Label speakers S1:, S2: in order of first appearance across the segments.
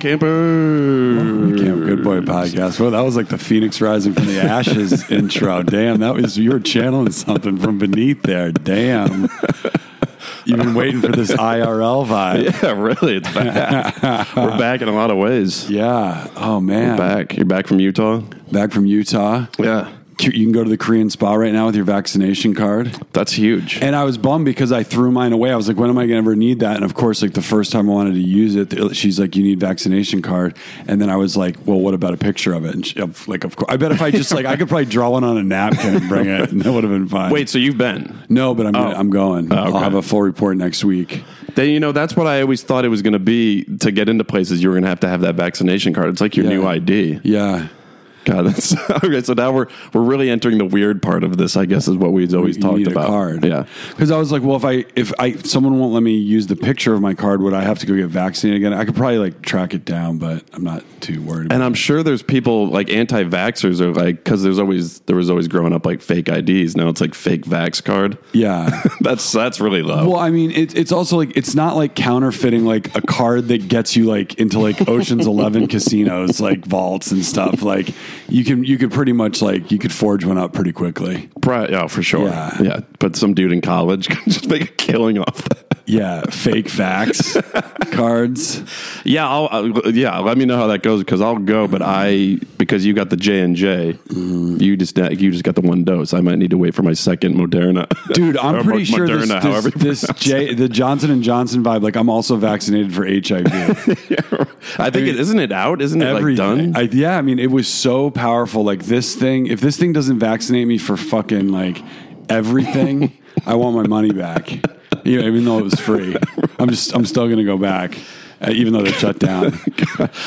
S1: Camper.
S2: Camp Good Boy podcast. Well, that was like the phoenix rising from the ashes intro. Damn, that was you were channeling something from beneath there. Damn, you've been waiting for this IRL vibe.
S1: Yeah, really. It's back. We're back in a lot of ways.
S2: Yeah. Oh man, back.
S1: Back. You're back from Utah?
S2: from Utah.
S1: Yeah.
S2: You can go to the Korean spa right now with your vaccination card.
S1: That's huge.
S2: And I was bummed because I threw mine away. I was like, when am I going to ever need that? And of course, like the first time I wanted to use it, the- she's like, you need vaccination card. And then I was like, well, what about a picture of it? And she, of- like, of course, I bet if I just like, I could probably draw one on a napkin and bring it, and that would have been fine.
S1: Wait, so you've been.
S2: no, but I'm gonna- I'm going. I'll
S1: okay.
S2: have a full report next week.
S1: Then you know that's what I always thought it was going to be to get into places. You were going to have to have that vaccination card. It's like your
S2: Yeah.
S1: new ID.
S2: Yeah,
S1: God, that's okay. So now we're we're really entering the weird part of this. I guess is what we've always
S2: you
S1: talked
S2: need
S1: about.
S2: a card.
S1: Yeah.
S2: because I was like, well, if I if I someone won't let me use the picture of my card, would I have to go get vaccinated again? I could probably like track it down, but I'm not too worried. about
S1: And I'm sure there's people like anti-vaxxers are like because there's always there was always growing up like fake IDs. Now it's like fake vax card.
S2: Yeah.
S1: That's that's really low.
S2: Well, I mean, it, it's also like it's not like counterfeiting like a card that gets you like into like Ocean's Eleven casinos, like vaults and stuff. Like you can you could pretty much like you could forge one up pretty quickly.
S1: Pri- yeah, for sure.
S2: Yeah.
S1: Yeah. but some dude in college could just make a killing off that.
S2: Yeah, fake facts cards.
S1: Yeah, I'll, uh, yeah. Let me know how that goes because I'll go. But I because you got the J and J,
S2: Mm.
S1: you just you just got the one dose. I might need to wait for my second Moderna.
S2: Dude, I'm
S1: Or
S2: pretty
S1: Oh, Mo-
S2: sure this,
S1: Moderna, however you
S2: this, this J, the Johnson and Johnson vibe. Like I'm also vaccinated for HIV.
S1: I think it isn't it out. Isn't it like done?
S2: I, yeah, I mean, it was so powerful. Like this thing, if this thing doesn't vaccinate me for fucking like everything, I want my money back. You know, even though it was free, I'm just I'm still gonna go back, uh, even though they're shut down.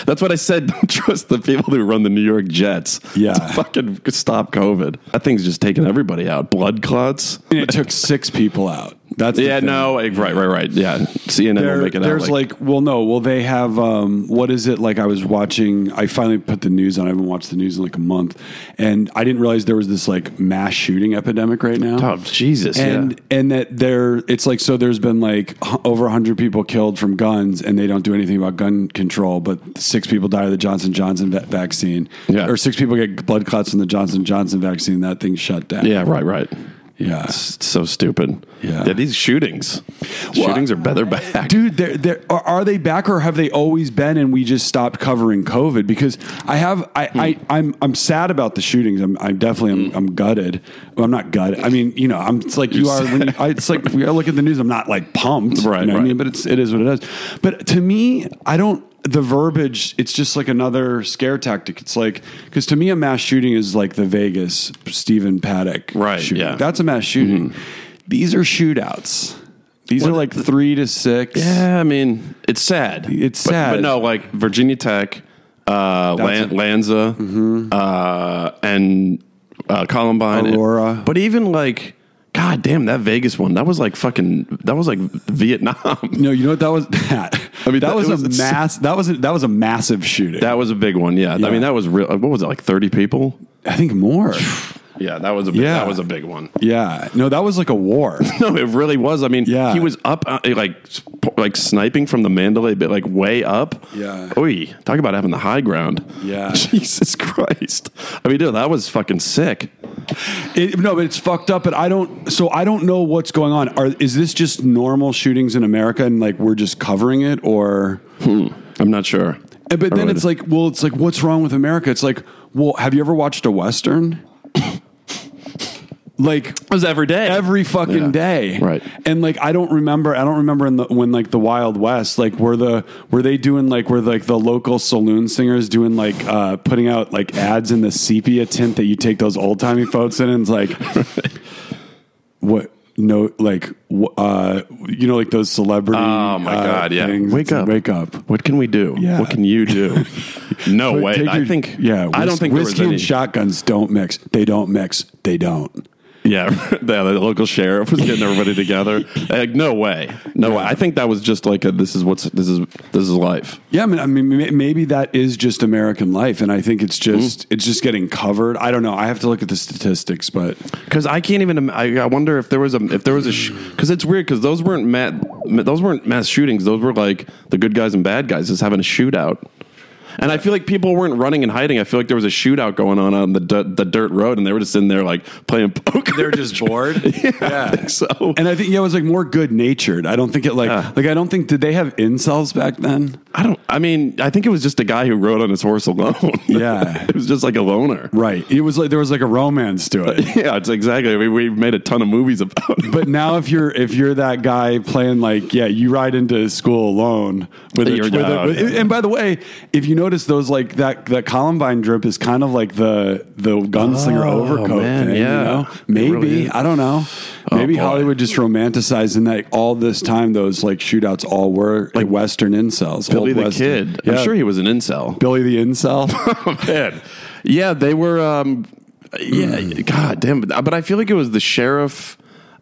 S1: That's what I said. Don't trust the people who run the New York Jets.
S2: Yeah.
S1: to fucking stop COVID. That thing's just taking everybody out. Blood clots.
S2: And it took six people out. That's the
S1: Yeah,
S2: thing.
S1: no, like, right, right, right. Yeah, CNN
S2: There-
S1: will make it out.
S2: there's like, well, no, well, they have, um, what is it? Like, I was watching, I finally put the news on. I haven't watched the news in like a month. And I didn't realize there was this like mass shooting epidemic right now.
S1: oh Jesus,
S2: and
S1: yeah.
S2: and that there it's like so there's been like h- over 100 people killed from guns and they don't do anything about gun control but six people die of the johnson johnson va- vaccine
S1: Yeah.
S2: or six people get blood clots from the johnson johnson vaccine that thing's shut down
S1: Yeah, right, right.
S2: yeah
S1: It's so stupid.
S2: Yeah.
S1: these shootings. shootings are better back.
S2: dude they're, they're, are, are they back or have they always been and we just stopped covering covid because i have i,
S1: Hmm.
S2: I i'm i'm sad about the shootings i'm, I'm definitely I'm, I'm gutted well, i'm not gutted i mean you know i'm it's like you are when you, I, it's like we I look at the news i'm not like pumped you
S1: Right,
S2: know what i
S1: right.
S2: mean but it's it is what it is but to me i don't the verbiage it's just like another scare tactic it's like because to me a mass shooting is like the vegas stephen paddock
S1: Right,
S2: shooting.
S1: yeah. Mm-hmm.
S2: that's a mass shooting these are shootouts these are like three to six.
S1: yeah, I mean, it's sad.
S2: It's
S1: But-
S2: sad.
S1: But no, like Virginia Tech, uh, Lan-
S2: That's Mm-hmm. a-
S1: Lanza, uh, and uh, Columbine.
S2: Aurora.
S1: but even like, God damn, that Vegas one, that was like fucking, that was like Vietnam.
S2: No, you know what that was? That I
S1: mean,
S2: mean, that,
S1: that-
S2: was,
S1: it was-
S2: a mass. That was a, that was a massive shooting.
S1: that was a big one. Yeah.
S2: Yeah.
S1: I mean, that was real. What was it, like 30 people?
S2: I think more.
S1: Yeah, that was a big,
S2: Yeah.
S1: that was a big one.
S2: yeah. No, that was like a war.
S1: No, it really was. I mean,
S2: Yeah.
S1: he was up, uh, like, sp- like sniping from the Mandalay bit, like way up.
S2: Yeah.
S1: Oy, talk about having the high ground.
S2: Yeah.
S1: Jesus Christ. I mean, dude, that was fucking sick.
S2: It, no, but it's fucked up. But I don't. So I don't know what's going on. Are is this just normal shootings in America and like we're just covering it or?
S1: I'm not sure.
S2: And- But
S1: I
S2: then
S1: really
S2: it's like, well, it's like, what's wrong with America? It's like, well, have you ever watched a western? like
S1: It was every day.
S2: every fucking
S1: Yeah.
S2: day.
S1: Right.
S2: And like I don't remember I don't remember in the when like the Wild West, like were the were they doing like were like the local saloon singers doing like uh putting out like ads in the sepia tint that you take those old timey photos in and it's like what no like wh- uh you know like those celebrity
S1: Oh, my
S2: uh,
S1: God, yeah.
S2: things.
S1: Wake up.
S2: wake up
S1: what can we do?
S2: Yeah.
S1: What can you do? no
S2: But
S1: way.
S2: take
S1: I
S2: your-
S1: think,
S2: yeah
S1: I don't
S2: whis-
S1: think there was
S2: whiskey
S1: any-
S2: and shotguns don't mix they don't mix they don't
S1: Yeah, the, the local sheriff was getting everybody together. Like, no way, no way. I think that was just like a this is what's this is this is life.
S2: Yeah, I mean, I mean, may- maybe that is just American life, and I think it's just it's just getting covered. I don't know. I have to look at the statistics, but
S1: Because I can't even. im- I, I wonder if there was a if there was a because it's weird because those weren't ma- those weren't mass shootings. Those were like the good guys and bad guys just having a shootout. And I feel like people weren't running and hiding. I feel like there was a shootout going on on the d- the dirt road, and they were just in there like playing poker.
S3: They're just bored.
S1: yeah, I think so.
S2: And I think yeah, it was like more good natured. I don't think it like like I don't think did they have incels back then?
S1: I don't. I mean, I think it was just a guy who rode on his horse alone.
S2: Yeah.
S1: it was just like a loner.
S2: Right. It was like there was like a romance to it.
S1: Yeah, it's exactly. I mean, we've made a ton of movies about it.
S2: But now if you're if you're that guy playing like yeah, you ride into school alone with a,
S1: You're
S2: with a-
S1: down.
S2: with- and by the way, if you notice those like that that Columbine drip is kind of like the the gunslinger
S1: Oh,
S2: overcoat
S1: man,
S2: thing,
S1: yeah.
S2: you know?
S1: It
S2: Maybe,
S1: really is. Oh,
S2: I don't know. Maybe
S1: boy.
S2: Hollywood just romanticized in that all this time those like shootouts all were like western incels.
S1: Billy
S2: old
S1: the
S2: Western.
S1: Kid.
S2: Yeah.
S1: I'm sure he was an incel.
S2: Billy the incel.
S1: Oh, man. Yeah, they were. Um, yeah,
S2: Hmm.
S1: God damn. But, but I feel like it was the sheriff.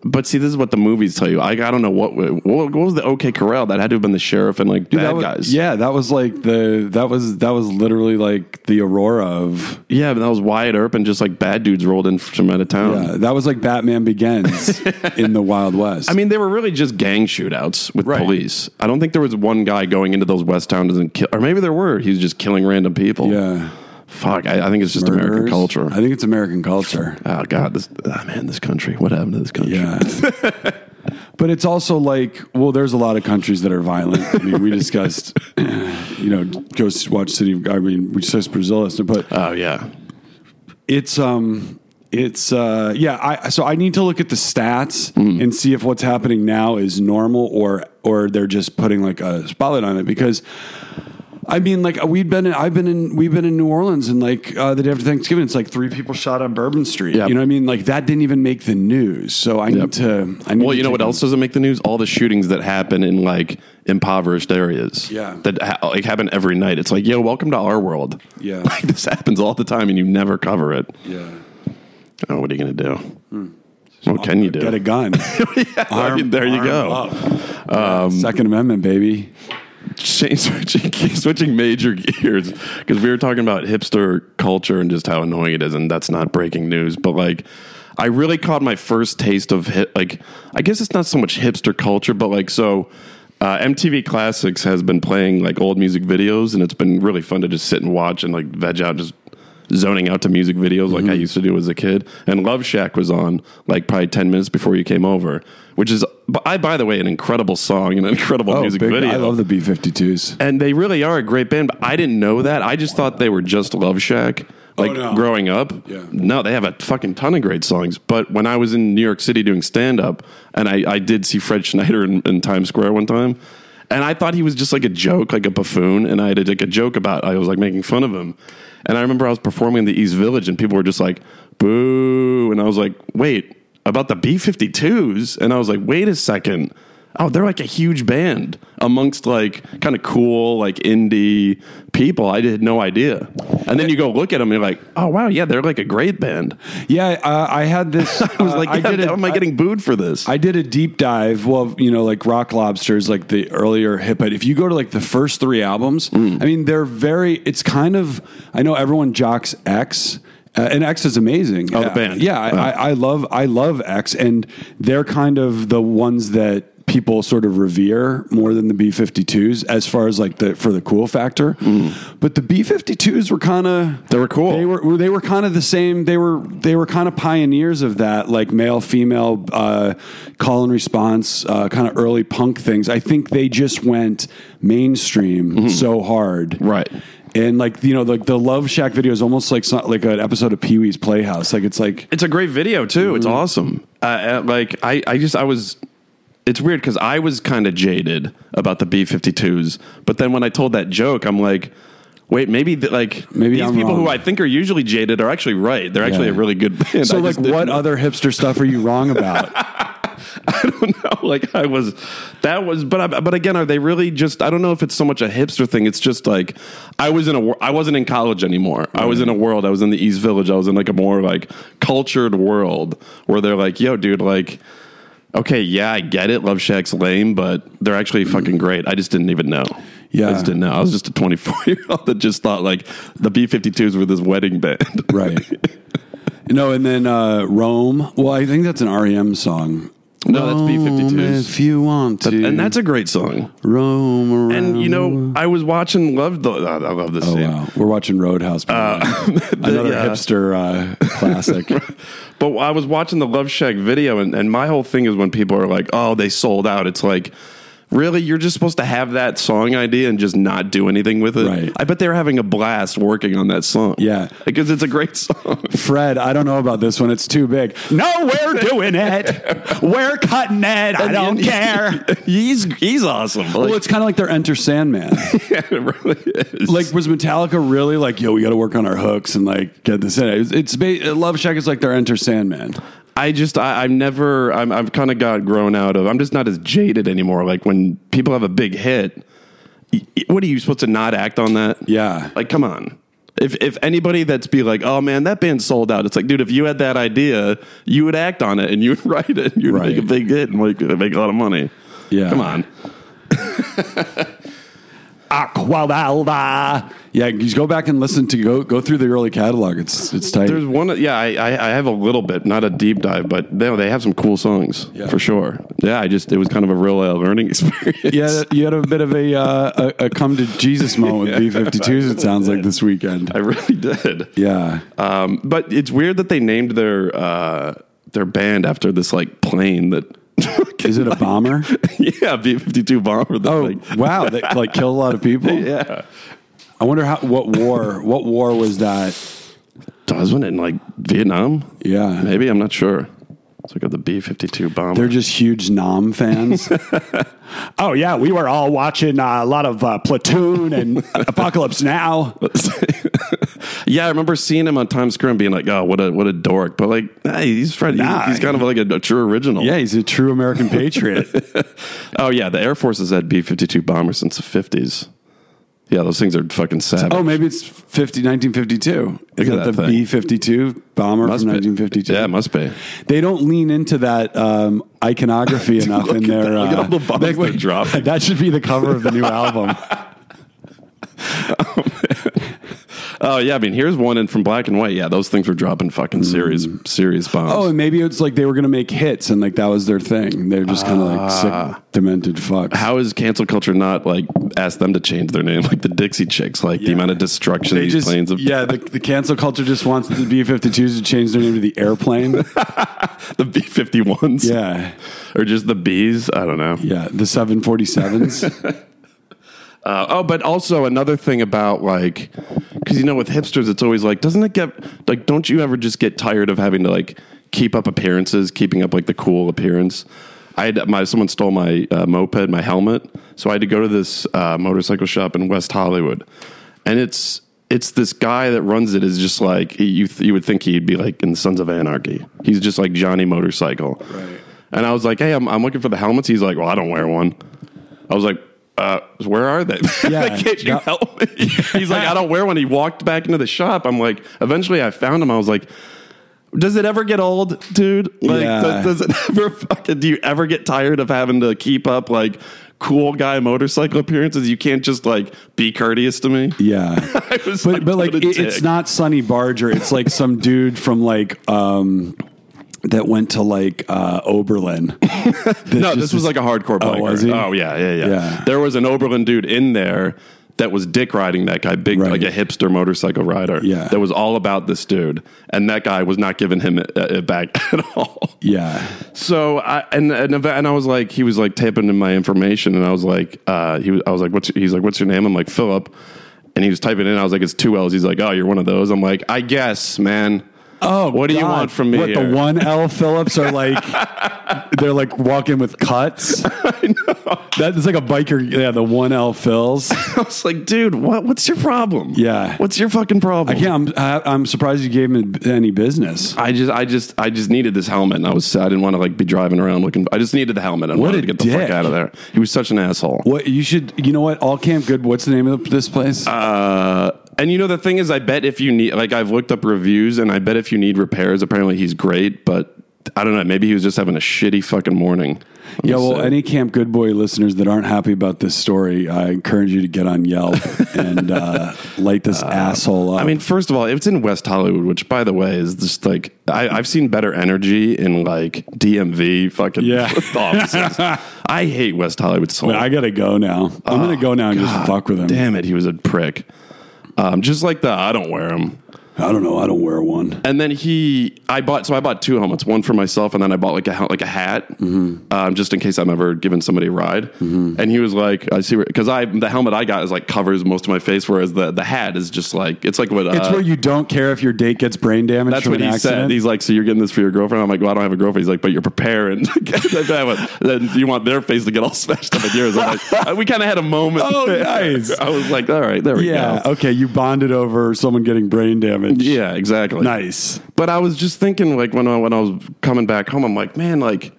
S1: But see, this is what the movies tell you. I, I don't know what, what what was the OK Corral that had to have been the sheriff and like bad
S2: that was,
S1: guys.
S2: Yeah, that was like the that was that was literally like the aurora of
S1: yeah. But that was Wyatt Earp and just like bad dudes rolled in from out of town.
S2: yeah, that was like Batman Begins in the Wild West.
S1: Um, I mean, they were really just gang shootouts with
S2: Right.
S1: police. I don't think there was one guy going into those West towns and kill, or maybe there were. He was just killing random people.
S2: yeah,
S1: Fuck, I, I think it's just American
S2: Murderers.
S1: culture.
S2: I think it's American culture.
S1: oh God, this ah, man, this country. What happened to this country?
S2: Yeah. But it's also like, well, there's a lot of countries that are violent. I mean, we discussed, you know, go s- watch City. of- I mean, we discussed Brazil, but
S1: Oh yeah.
S2: it's um it's uh yeah i so i need to look at the stats
S1: Mm.
S2: and see if what's happening now is normal or or they're just putting like a spotlight on it because I mean, like we've been, in, I've been in, we've been in New Orleans, and like uh, the day after Thanksgiving, it's like three people shot on Bourbon Street.
S1: Yep.
S2: You know, what I mean, like that didn't even make the news. So I need to, I need
S1: Well,
S2: to
S1: you know
S2: take
S1: what
S2: a-
S1: else doesn't make the news? All the shootings that happen in like impoverished areas.
S2: Yeah.
S1: that ha- like happen every night. It's like, yo, welcome to our world.
S2: Yeah.
S1: like this happens all the time, and you never cover it.
S2: Yeah,
S1: Oh, what are you gonna do?
S2: Hmm.
S1: What can you do?
S2: get a gun.
S1: Yeah, I mean, there you
S2: Arm
S1: go. Um,
S2: up. Second Amendment, baby.
S1: Shane, switching switching major gears because we were talking about hipster culture and just how annoying it is, and that's not breaking news. But like, I really caught my first taste of hip, like I guess it's not so much hipster culture, but like so. Uh, MTV Classics has been playing like old music videos, and it's been really fun to just sit and watch and like veg out, just zoning out to music videos like
S2: Mm-hmm.
S1: I used to do as a kid. And Love Shack was on like probably ten minutes before you came over, which is, but I by the way, an incredible song and an incredible music
S2: Oh, big-
S1: video
S2: I love the B 52s.
S1: and they really are a great band. But I didn't know that. I just thought they were just Love Shack. Like
S2: Oh, no.
S1: growing up,
S2: Yeah.
S1: no, they have a fucking ton of great songs. But when I was in New York City doing stand up, and I, I did see Fred Schneider in, in Times Square one time, and I thought he was just like a joke, like a buffoon, and I had to take a joke about. I was like making fun of him, and I remember I was performing in the East Village, and people were just like, "Boo!" and I was like, "Wait." About the B 52s, and I was like, wait a second, Oh, they're like a huge band amongst like kind of cool, like indie people. I had no idea. And then you go look at them and you're like, oh, wow, yeah, they're like a great band.
S2: Yeah, uh, I had this. uh,
S1: I was like, yeah,
S2: a-
S1: how am I getting booed for this?
S2: I did a deep dive. Well, you know, like Rock Lobsters, like the earlier hip. But if you go to like the first three albums,
S1: Mm.
S2: I mean, they're very. It's kind of. I know everyone jocks X. Uh, and X is amazing.
S1: Oh, the
S2: Uh,
S1: band.
S2: Yeah, I,
S1: Oh.
S2: I, I love I love X, and they're kind of the ones that people sort of revere more than the B52s as far as like the for the cool factor. But the B52s were kind of
S1: Mm. They were cool.
S2: They were were- they were kind of the same. They were they were kind of pioneers of that, like male female uh, call and response, uh, kind of early punk things. I think they just went mainstream so hard,
S1: Mm-hmm. Right.
S2: And like you know, like the Love Shack video is almost like some, like an episode of Pee Wee's Playhouse. Like it's like
S1: it's a great video, too. It's awesome. Uh, uh, like, I, I just, I was, it's weird because I was kind of jaded about the B 52s. But then when I told that joke, I'm like, wait, maybe, th- like,
S2: Maybe
S1: these
S2: I'm
S1: people who
S2: wrong.
S1: I think are usually jaded are actually right. They're actually a really good band.
S2: so
S1: I
S2: like
S1: just didn't
S2: what
S1: know.
S2: other hipster stuff are you wrong about?
S1: I don't know. Like I was, that was, but I, but again, are they really just? I don't know if it's so much a hipster thing. It's just like I was in a, wor- I wasn't in college anymore. I was in a world. I was in the East Village. I was in like a more like cultured world where they're like, yo, dude, like. Okay, yeah, I get it. Love Shack's lame, but they're actually fucking great. I just didn't even know.
S2: Yeah.
S1: I just didn't know. I was just a 24 year old that just thought like the B 52s were this wedding band.
S2: right. No, and then uh, Rome. Well, I think that's an REM E song.
S1: No, that's B fifty twos.
S2: If you want to,
S1: And that's a great song.
S2: roam around.
S1: And you know, I was watching Love. The, uh, I love this
S2: Um, oh,
S1: scene.
S2: wow, we're watching Roadhouse, by the way. another
S1: Uh, yeah.
S2: hipster uh, classic.
S1: But I was watching the Love Shack video, and, and my whole thing is when people are like, oh, they sold out. It's like, really? You're just supposed to have that song idea and just not do anything with it?
S2: Right.
S1: I bet they were having a blast working on that song.
S2: Yeah.
S1: Because it's a great song.
S2: Fred, I don't know about this one. It's too big. No, we're doing it. We're cutting it. I don't care.
S1: he's, he's awesome.
S2: Well,
S1: Like,
S2: it's kind of like their Enter Sandman.
S1: yeah, it really is.
S2: like was Metallica really like, yo, we got to work on our hooks and like get this in. It's, it's ba- Love Shack is like their Enter Sandman.
S1: I just I, I've never I'm I've kind of got grown out of. I'm just not as jaded anymore. Like when people have a big hit, y- y- what are you supposed to not act on that?
S2: Yeah.
S1: like come on. If if anybody that's be like, oh man, that band sold out. It's like, dude, if you had that idea, you would act on it and you would write it. and You'd make a
S2: Right.
S1: big hit and make make a lot of money.
S2: Yeah.
S1: Come on.
S2: Aquavalda. Yeah, you just go back and listen to go go through the early catalog. It's it's tight.
S1: There's one, yeah. I, I, I have a little bit, not a deep dive, but they, they have some cool songs
S2: Yeah.
S1: for sure. Yeah, I just it was kind of a real uh, learning experience.
S2: yeah, you had a bit of a uh, a, a come to Jesus moment with B52s. It sounds like this weekend.
S1: I really did.
S2: Yeah,
S1: Um, but it's weird that they named their uh, their band after this like plane that
S2: is it a bomber?
S1: yeah B fifty two bomber. That,
S2: Oh
S1: like,
S2: wow, that like killed a lot of people.
S1: yeah,
S2: I wonder how what war what war was that?
S1: does one in like Vietnam?
S2: Yeah.
S1: maybe I'm not sure. Let's look at the B fifty two bomber.
S2: They're just huge Nom fans. oh yeah, we were all watching uh, a lot of uh, Platoon and Apocalypse Now.
S1: yeah, I remember seeing him on Times Square and being like, "Oh, what a what a dork!" But like, hey, he's Fred.
S2: Nah.
S1: he's kind of like a, a true original.
S2: Yeah, he's a true American patriot.
S1: Oh yeah, the Air Force has had B fifty two bombers since the fifties. Yeah, those things are fucking savage.
S2: Oh, maybe it's 50, 1952. Is
S1: Look
S2: that,
S1: at that
S2: the
S1: thing.
S2: B 52 bomber
S1: Must
S2: from
S1: be.
S2: 1952?
S1: Yeah, it must be.
S2: They don't lean into that um, iconography enough in
S1: at
S2: their.
S1: that. Look at all the bombs
S2: that-
S1: they're dropping.
S2: That should be the cover of the new album.
S1: Oh yeah, I mean, here's one in from Black and White. Yeah, those things were dropping fucking serious, serious bombs.
S2: Oh, and maybe it's like they were going to make hits and like that was their thing. They're just kind of like sick, demented fucks.
S1: Ah. how is cancel culture not like ask them to change their name like the Dixie Chicks? Like the amount of destruction
S2: they
S1: these
S2: just,
S1: planes have.
S2: yeah, the, the cancel culture just wants the B 52s to change their name to the airplane.
S1: the B fifty ones.
S2: yeah.
S1: or just the Bs. I don't know.
S2: Yeah. The 747s.
S1: Uh, oh, but also another thing about like, because you know, with hipsters, it's always like, doesn't it get like, don't you ever just get tired of having to like keep up appearances, keeping up like the cool appearance? I had my someone stole my uh, moped, my helmet, so I had to go to this uh, motorcycle shop in West Hollywood, and it's it's this guy that runs it is just like he, you th- you would think he'd be like in the Sons of Anarchy. He's just like Johnny Motorcycle,
S2: Right.
S1: And I was like, hey, I'm I'm looking for the helmets. He's like, well, I don't wear one. I was like, uh, where are they?
S2: Yeah.
S1: like, can't you
S2: Yeah.
S1: help me? He's like, I don't wear one. He walked back into the shop. I'm like, eventually I found him. I was like, does it ever get old, dude? Like,
S2: Yeah.
S1: does, does it ever fucking, do you ever get tired of having to keep up like cool guy motorcycle appearances? You can't just like be courteous to me.
S2: yeah.
S1: I was
S2: but but like
S1: what
S2: it,
S1: a
S2: it's
S1: dick.
S2: not Sonny Barger. It's like some dude from like um that went to like uh Oberlin.
S1: No, this was like a hardcore
S2: Oh,
S1: biker.
S2: was he?
S1: Oh, yeah, yeah, yeah,
S2: Yeah.
S1: There was an Oberlin dude in there that was dick riding that guy, big
S2: Right.
S1: like a hipster motorcycle rider.
S2: Yeah.
S1: that was all about this dude, and that guy was not giving him it, it back at all.
S2: yeah.
S1: So I and and, eva- and I was like, he was like tapping in my information, and I was like, uh, he was, I was like, what's your, he's like, what's your name? I'm like Philip, and he was typing in. I was like, it's two L's. He's like, oh, you're one of those. I'm like, I guess, man.
S2: Oh,
S1: What do you
S2: God.
S1: want from me
S2: What
S1: here?
S2: the one L Phillips are like? they're like walking with cuts.
S1: I know.
S2: That's like a biker. Yeah, the one L Phils.
S1: I was like, dude, what what's your problem?
S2: Yeah.
S1: what's your fucking problem?
S2: I can't. I'm, I, I'm surprised you gave him any business.
S1: I just, I just, I just needed this helmet, and I was, I didn't want to like be driving around looking. I just needed the helmet. and
S2: What
S1: wanted to
S2: a
S1: get the
S2: dick.
S1: fuck out of there. He was such an asshole.
S2: What you should, you know what? All Camp Good. What's the name of this place?
S1: Uh, and you know the thing is, I bet if you need, like, I've looked up reviews, and I bet if you need repairs, apparently he's great, but I don't know. Maybe he was just having a shitty fucking morning. I'm
S2: Yeah,
S1: just
S2: well,
S1: saying.
S2: any Camp Good Boy listeners that aren't happy about this story, I encourage you to get on Yelp and uh, light this asshole up.
S1: I mean, first of all, it's in West Hollywood, which, by the way, is just like I, I've seen better energy in like DMV fucking
S2: Yeah.
S1: offices. I hate West Hollywood so
S2: I gotta go now. I'm gonna go now and just fuck with him.
S1: Oh, Damn it, he was a prick. Um, just like the I don't wear them.
S2: I don't know. I don't wear one.
S1: And then he, I bought, so I bought two helmets, one for myself, and then I bought like a hel- like a hat,
S2: Mm-hmm.
S1: um, just in case I'm ever giving somebody a ride. And he was like, I see, because I the helmet I got is like covers most of my face, whereas the the hat is just like it's like what
S2: It's
S1: uh,
S2: where you don't care if your date gets brain damage.
S1: That's
S2: from
S1: what he
S2: an accident.
S1: said. He's like, "So you're getting this for your girlfriend?" I'm like, "Well, I don't have a girlfriend." He's like, "But you're preparing." to get that one. then you want their face to get all smashed up at yours? I'm like, uh, "We kind of had a moment."
S2: Oh, nice.
S1: I was like, "All right, there we
S2: yeah.
S1: go."
S2: Okay. You bonded over someone getting brain damage.
S1: Yeah, exactly.
S2: Nice.
S1: But I was just thinking, like when I, when I was coming back home, I'm like, man, like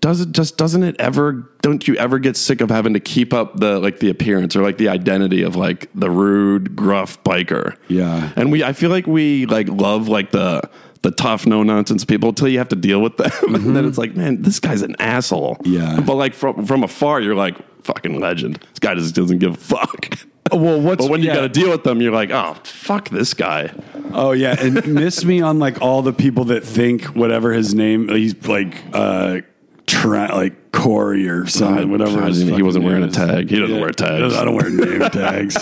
S1: does it just doesn't it ever? Don't you ever get sick of having to keep up the like the appearance or like the identity of like the rude, gruff biker?
S2: Yeah.
S1: and we I feel like we like love like the the tough, no nonsense people until you have to deal with them, and then it's like, man, this guy's an asshole.
S2: Mm-hmm. Yeah.
S1: but like from from afar, you're like fucking legend. This guy just doesn't give a fuck.
S2: Well, what's
S1: But when you
S2: yeah.
S1: got to deal with them, you're like, oh, fuck this guy.
S2: Oh yeah, and miss me on like all the people that think whatever his name he's like uh tra- like Corey or something, whatever.
S1: God,
S2: his
S1: he
S2: fucking
S1: wasn't wearing
S2: name
S1: a
S2: is.
S1: tag. He doesn't wear tags.
S2: I don't wear name tags.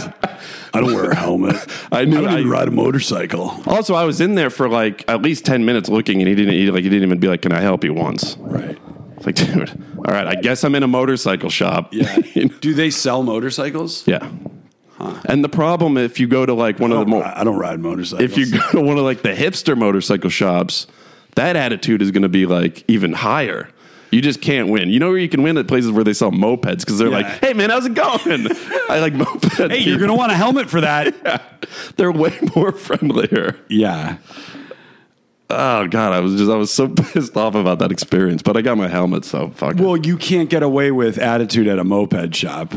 S2: I don't wear a helmet.
S1: I knew
S2: I don't even
S1: I-
S2: ride a motorcycle.
S1: Also, I was in there for like at least ten minutes looking, and he didn't. He, like he didn't even be like, "Can I help you?" Once,
S2: Right.
S1: it's like, dude, all right, I guess I'm in a motorcycle shop.
S2: Yeah.
S1: You know?
S2: Do they sell motorcycles? Oh,
S1: yeah. And the problem, if you go to like one of the more,
S2: I don't ride motorcycles.
S1: if you go to one of like the hipster motorcycle shops, that attitude is going to be like even higher. You just can't win. You know where you can win at places where they sell mopeds because they're
S2: Yeah.
S1: like, "Hey man, how's it going?" I like mopeds.
S2: hey, you're gonna want a helmet for that.
S1: They're way more friendlier.
S2: yeah.
S1: Oh god, I was just I was so pissed off about that experience, but I got my helmet, so fuck. it.
S2: Well, you can't get away with attitude at a moped shop.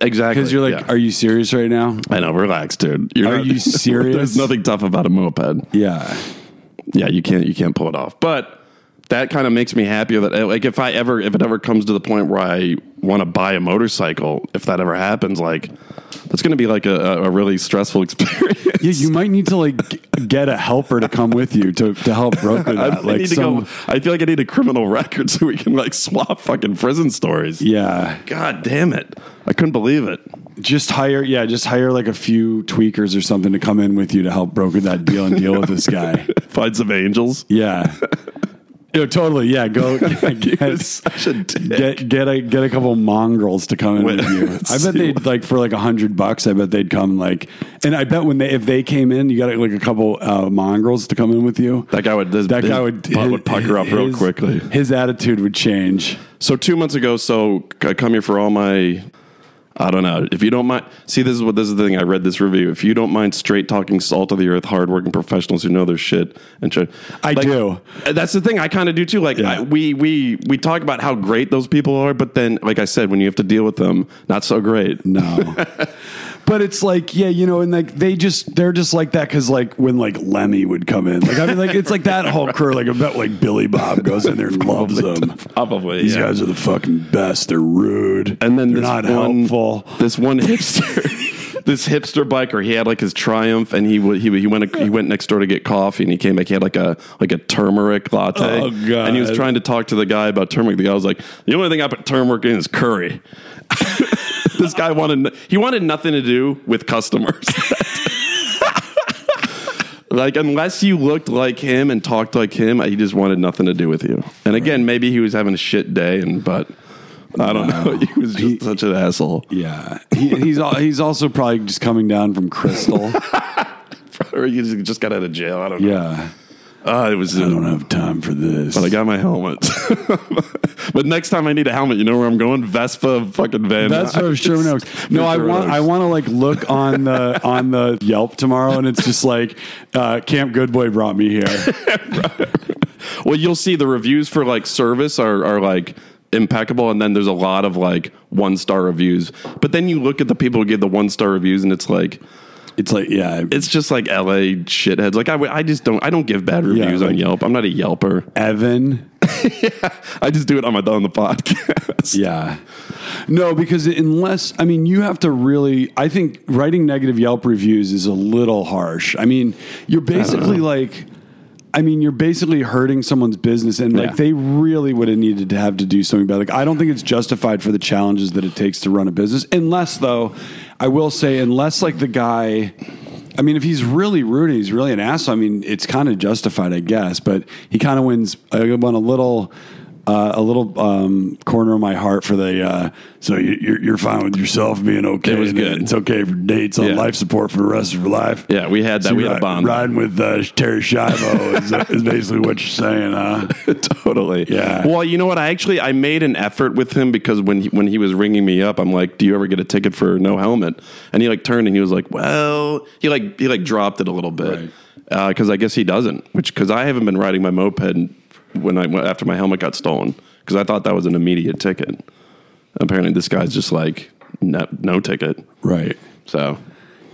S1: exactly.
S2: Because you're like,
S1: yeah.
S2: are you serious right now?
S1: I know, relax, dude. You're
S2: Are you serious?
S1: There's nothing tough about a moped.
S2: Yeah.
S1: Yeah, you can't you can't pull it off. But that kind of makes me happier that uh, like if I ever if it ever comes to the point where I want to buy a motorcycle, if that ever happens, like that's going to be like a, a a really stressful experience.
S2: Yeah, you might need to like g- get a helper to come with you to, to help broker
S1: I,
S2: that.
S1: I
S2: like
S1: need to
S2: some,
S1: go, I feel like I need a criminal record so we can like swap fucking prison stories.
S2: yeah,
S1: God damn it. I couldn't believe it.
S2: just hire, yeah, just hire like a few tweakers or something to come in with you to help broker that deal and deal with this guy.
S1: Find some angels.
S2: Yeah, no, totally. Yeah, go get,
S1: such a dick.
S2: get get a get a couple mongrels to come in
S1: Wait,
S2: with you.
S1: let's
S2: I bet
S1: see
S2: they'd like for like a hundred bucks. I bet they'd come like, and I bet when they if they came in, you got like a couple uh, mongrels to come in with you.
S1: That guy would. This,
S2: That
S1: his
S2: guy would
S1: butt would pucker up real
S2: his-
S1: quickly.
S2: His attitude would change.
S1: So two months ago, so I come here for all my. I don't know. If you don't mind, see this is what this is the thing. I read this review. If you don't mind straight talking, salt of the earth, hardworking professionals who know their shit and shit. uh,
S2: I do.
S1: That's the thing. I kind of do too. Like I,
S2: Yeah.
S1: we we we talk about how great those people are, but then, like I said, when you have to deal with them, not so great.
S2: No. but it's like, yeah, you know, and like they just they're just like that because like when like Lemmy would come in, like I mean, like it's like that whole crew. Like I bet like Billy Bob goes in there and loves them.
S1: Probably
S2: These
S1: yeah.
S2: guys are the fucking best. They're rude,
S1: And then this
S2: they're not
S1: one,
S2: helpful.
S1: This one hipster, this hipster biker, he had like his Triumph, and he w- he he went he went next door to get coffee, and he came back. He had like a like a turmeric latte.
S2: Oh, God.
S1: And he was trying to talk to the guy about turmeric. The guy was like, "The only thing I put turmeric in is curry." this guy wanted he wanted nothing to do with customers. Like unless you looked like him and talked like him, he just wanted nothing to do with you. And again, maybe he was having a shit day, and but I don't know. He was just such an asshole.
S2: Yeah, he, he's al- he's also probably just coming down from Crystal.
S1: or you just- just got out of jail. I don't know.
S2: yeah,
S1: Uh, it was.
S2: I don't have time for this.
S1: I got my helmet. but next time I need a helmet, you know where I'm going? Vespa fucking van.
S2: That's from Sherman Oaks. No, I
S1: Sherman
S2: want
S1: Oaks.
S2: I want to like look on the on the Yelp tomorrow, and it's just like uh, Camp Goodboy brought me here.
S1: Well, you'll see the reviews for like service are, are like impeccable. And then there's a lot of like one star reviews. But then you look at the people who give the one star reviews and it's like,
S2: It's like yeah,
S1: It's just like LA shitheads. Like I, w- I just don't. I don't give bad reviews on
S2: like-
S1: Yelp. I'm not a Yelper.
S2: Evan.
S1: I just do it on my on the podcast.
S2: Yeah. No, because unless, I mean, you have to really, I think writing negative Yelp reviews is a little harsh. I mean, you're basically like, I mean, you're basically hurting someone's business, and like
S1: Yeah.
S2: they really would have needed to have to do something about it. Like, I don't think it's justified for the challenges that it takes to run a business, unless, though, I will say, unless like the guy, I mean, if he's really rude and he's really an asshole, I mean, it's kind of justified, I guess. But he kind of wins. I won a little. Uh, a little um, corner of my heart for the uh, so you, you're, you're fine with yourself being okay.
S1: It was
S2: and
S1: good.
S2: It's okay for dates on
S1: Yeah.
S2: life support for the rest of your life.
S1: Yeah, we had that.
S2: So
S1: we had
S2: ri-
S1: a bond.
S2: Riding with uh, Terry Shivo is, is basically what you're saying, huh?
S1: totally.
S2: Yeah.
S1: Well, you know what? I actually I made an effort with him because when he, when he was ringing me up, I'm like, "Do you ever get a ticket for no helmet?" And he like turned and he was like, "Well," he like he like dropped it a little bit because I guess he doesn't. Which because I haven't been riding my moped when I went after my helmet got stolen because I thought that was an immediate ticket. Apparently, this guy's just like no, no ticket.
S2: Right.
S1: So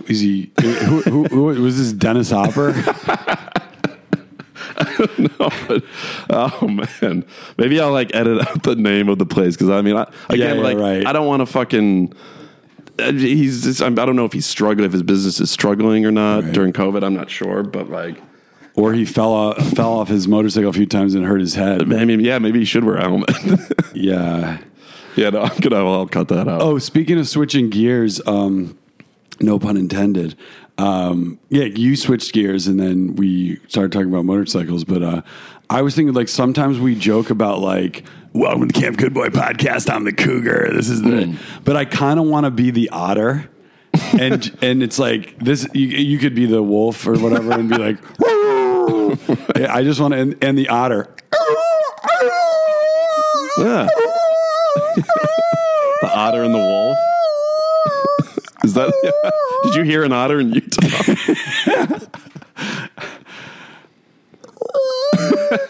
S2: Is he? Who, who, who, was this Dennis Hopper?
S1: no, but, oh man, maybe I'll like edit out the name of the place because I mean, I, again,
S2: yeah,
S1: like
S2: right.
S1: I don't want to fucking. uh, He's just, I'm- I don't know if he's struggling, if his business is struggling or not
S2: Right.
S1: during COVID. I'm not sure, but like,
S2: or he fell off, fell off his motorcycle a few times and hurt his head.
S1: I mean, yeah, maybe he should wear a helmet.
S2: Yeah.
S1: yeah, no, I'm gonna, I'll cut that out.
S2: Oh, speaking of switching gears, um, no pun intended. Um, yeah, you switched gears and then we started talking about motorcycles. But uh, I was thinking, like, sometimes we joke about, like, welcome to Camp Good Boy podcast. I'm the cougar. This is the, but I kind of want to be the otter. and and it's like this you, you could be the wolf or whatever and be like "Roar." I I just want to and, and the otter
S1: Yeah. the otter and the wolf. Is that? Did you hear an otter in Utah?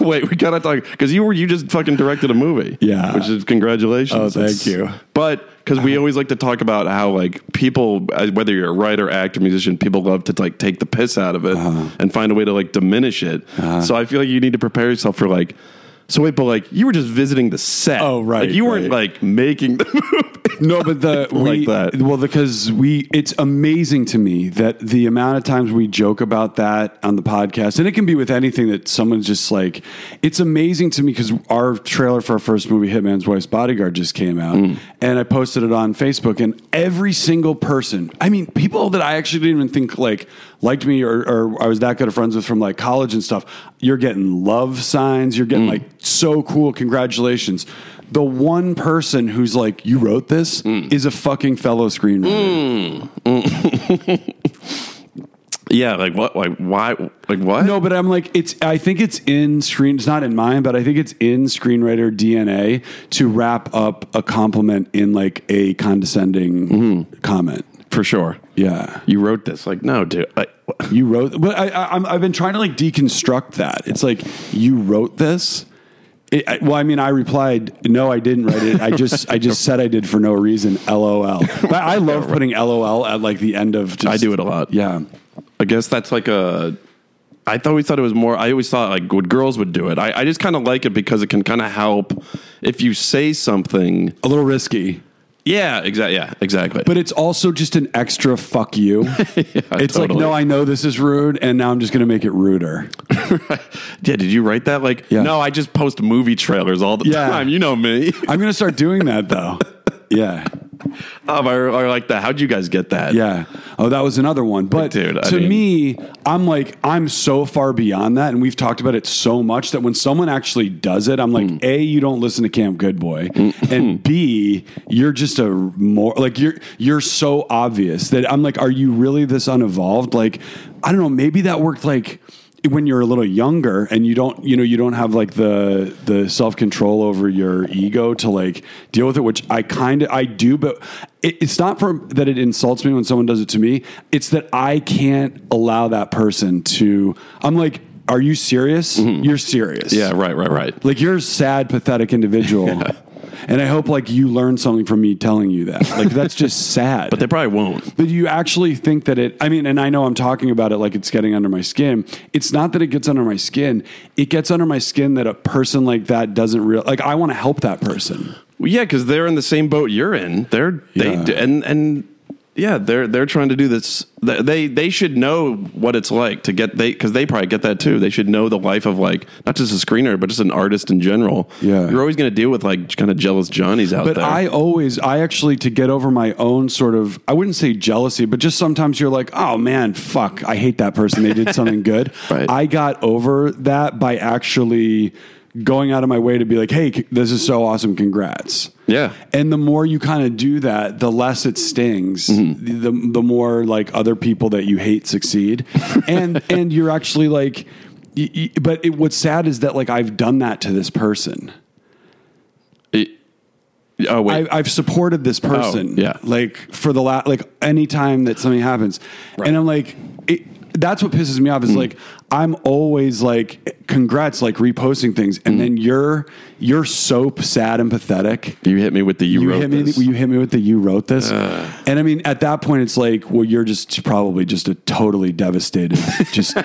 S1: Wait, we gotta talk because you were you just fucking directed a movie,
S2: Yeah.
S1: Which is congratulations.
S2: Oh, thank you.
S1: But because we always like to talk about how like people, uh, whether you're a writer, actor, musician, people love to like take the piss out of it and find a way to like diminish it. So I feel like you need to prepare yourself for like. So wait, but like you were just visiting the set.
S2: Oh, right,
S1: Like you weren't
S2: right.
S1: like making the movie.
S2: No, but the we,
S1: Like that.
S2: Well, because we, it's amazing to me that the amount of times we joke about that on the podcast, and it can be with anything that someone's just like, it's amazing to me because our trailer for our first movie, Hitman's Wife's Bodyguard, just came out,
S1: Mm.
S2: and I posted it on Facebook, and every single person, I mean, people that I actually didn't even think like liked me or, or I was that good of friends with from like college and stuff, you're getting love signs, you're getting
S1: Mm.
S2: like so cool, congratulations the one person who's like, you wrote this
S1: Mm.
S2: is a fucking fellow screenwriter.
S1: Yeah, like what? Like why? Like what?
S2: No, but I'm like, it's, I think it's in screen, it's not in mine, but I think it's in screenwriter DNA to wrap up a compliment in like a condescending
S1: Mm-hmm.
S2: comment.
S1: for sure.
S2: Yeah.
S1: You wrote this. Like no, dude. Like,
S2: You wrote, but I, I, I'm, I've been trying to like deconstruct that. It's like, you wrote this. It, I, well, I mean, I replied, "No, I didn't write it. I just, I just said I did for no reason." LOL. But I love putting LOL at like the end of. Just,
S1: I do it a lot.
S2: Yeah.
S1: I guess that's like a. I thought we thought it was more. I always thought like good girls would do it. I, I just kind of like it because it can kind of help if you say something.
S2: a little risky,
S1: Yeah, exactly. Yeah, exactly.
S2: but it's also just an extra fuck you. it's like,
S1: totally.
S2: no, I know this is rude, and now I'm just going to make it ruder.
S1: yeah, did you write that? Like,
S2: Yeah.
S1: no, I just post movie trailers all the
S2: Yeah.
S1: time. You know me.
S2: I'm going to start doing that though. Yeah,
S1: um, or, or like that. How'd you guys get that?
S2: yeah. Oh, that was another one. But
S1: Dude, I
S2: to
S1: mean-
S2: me, I'm like, I'm so far beyond that, and we've talked about it so much that when someone actually does it, I'm like,
S1: Mm.
S2: a, you don't listen to Camp Good Boy, and b, you're just a more like you're you're so obvious that I'm like, are you really this unevolved? Like, I don't know. Maybe that worked like. when you're a little younger and you don't you know you don't have like the the self-control over your ego to like deal with it which i kind of i do but it, it's not for that it insults me when someone does it to me it's that i can't allow that person to i'm like are you serious you're serious
S1: Yeah, right, right, right.
S2: like you're a sad pathetic individual And I hope like you learned something from me telling you that. Like that's just sad.
S1: But they probably won't.
S2: But you actually think that it, I mean, and I know I'm talking about it like it's getting under my skin. It's not that it gets under my skin. It gets under my skin that a person like that doesn't real, like, I want to help that person.
S1: Well, yeah, because they're in the same boat you're in. They're they
S2: Yeah.
S1: d and and yeah, they're they're trying to do this. th- They they should know what it's like to get they because they probably get that too. They should know the life of like not just a screenwriter but just an artist in general.
S2: Yeah.
S1: you're always going to deal with like kind of jealous Johnnies out
S2: But
S1: there.
S2: I always, I actually, to get over my own sort of, I wouldn't say jealousy, but just sometimes you're like, oh man, fuck, I hate that person. They did something good.
S1: Right.
S2: I got over that by actually going out of my way to be like, hey, c- this is so awesome. Congrats.
S1: Yeah.
S2: And the more you kind of do that, the less it stings. The, the the more like other people that you hate succeed, and and you're actually like, y- y- but it, what's sad is that like I've done that to this person.
S1: It- oh wait,
S2: I, I've supported this person.
S1: yeah.
S2: Like for the last, like any time that something happens, and I'm like, it, that's what pisses me off is like I'm always like, congrats, like reposting things, and then you're you're so sad and pathetic.
S1: you hit me with the you,
S2: You
S1: wrote
S2: hit me.
S1: this. Uh.
S2: You hit me with the you wrote this, and I mean at that point it's like, well, you're just probably just a totally devastated, just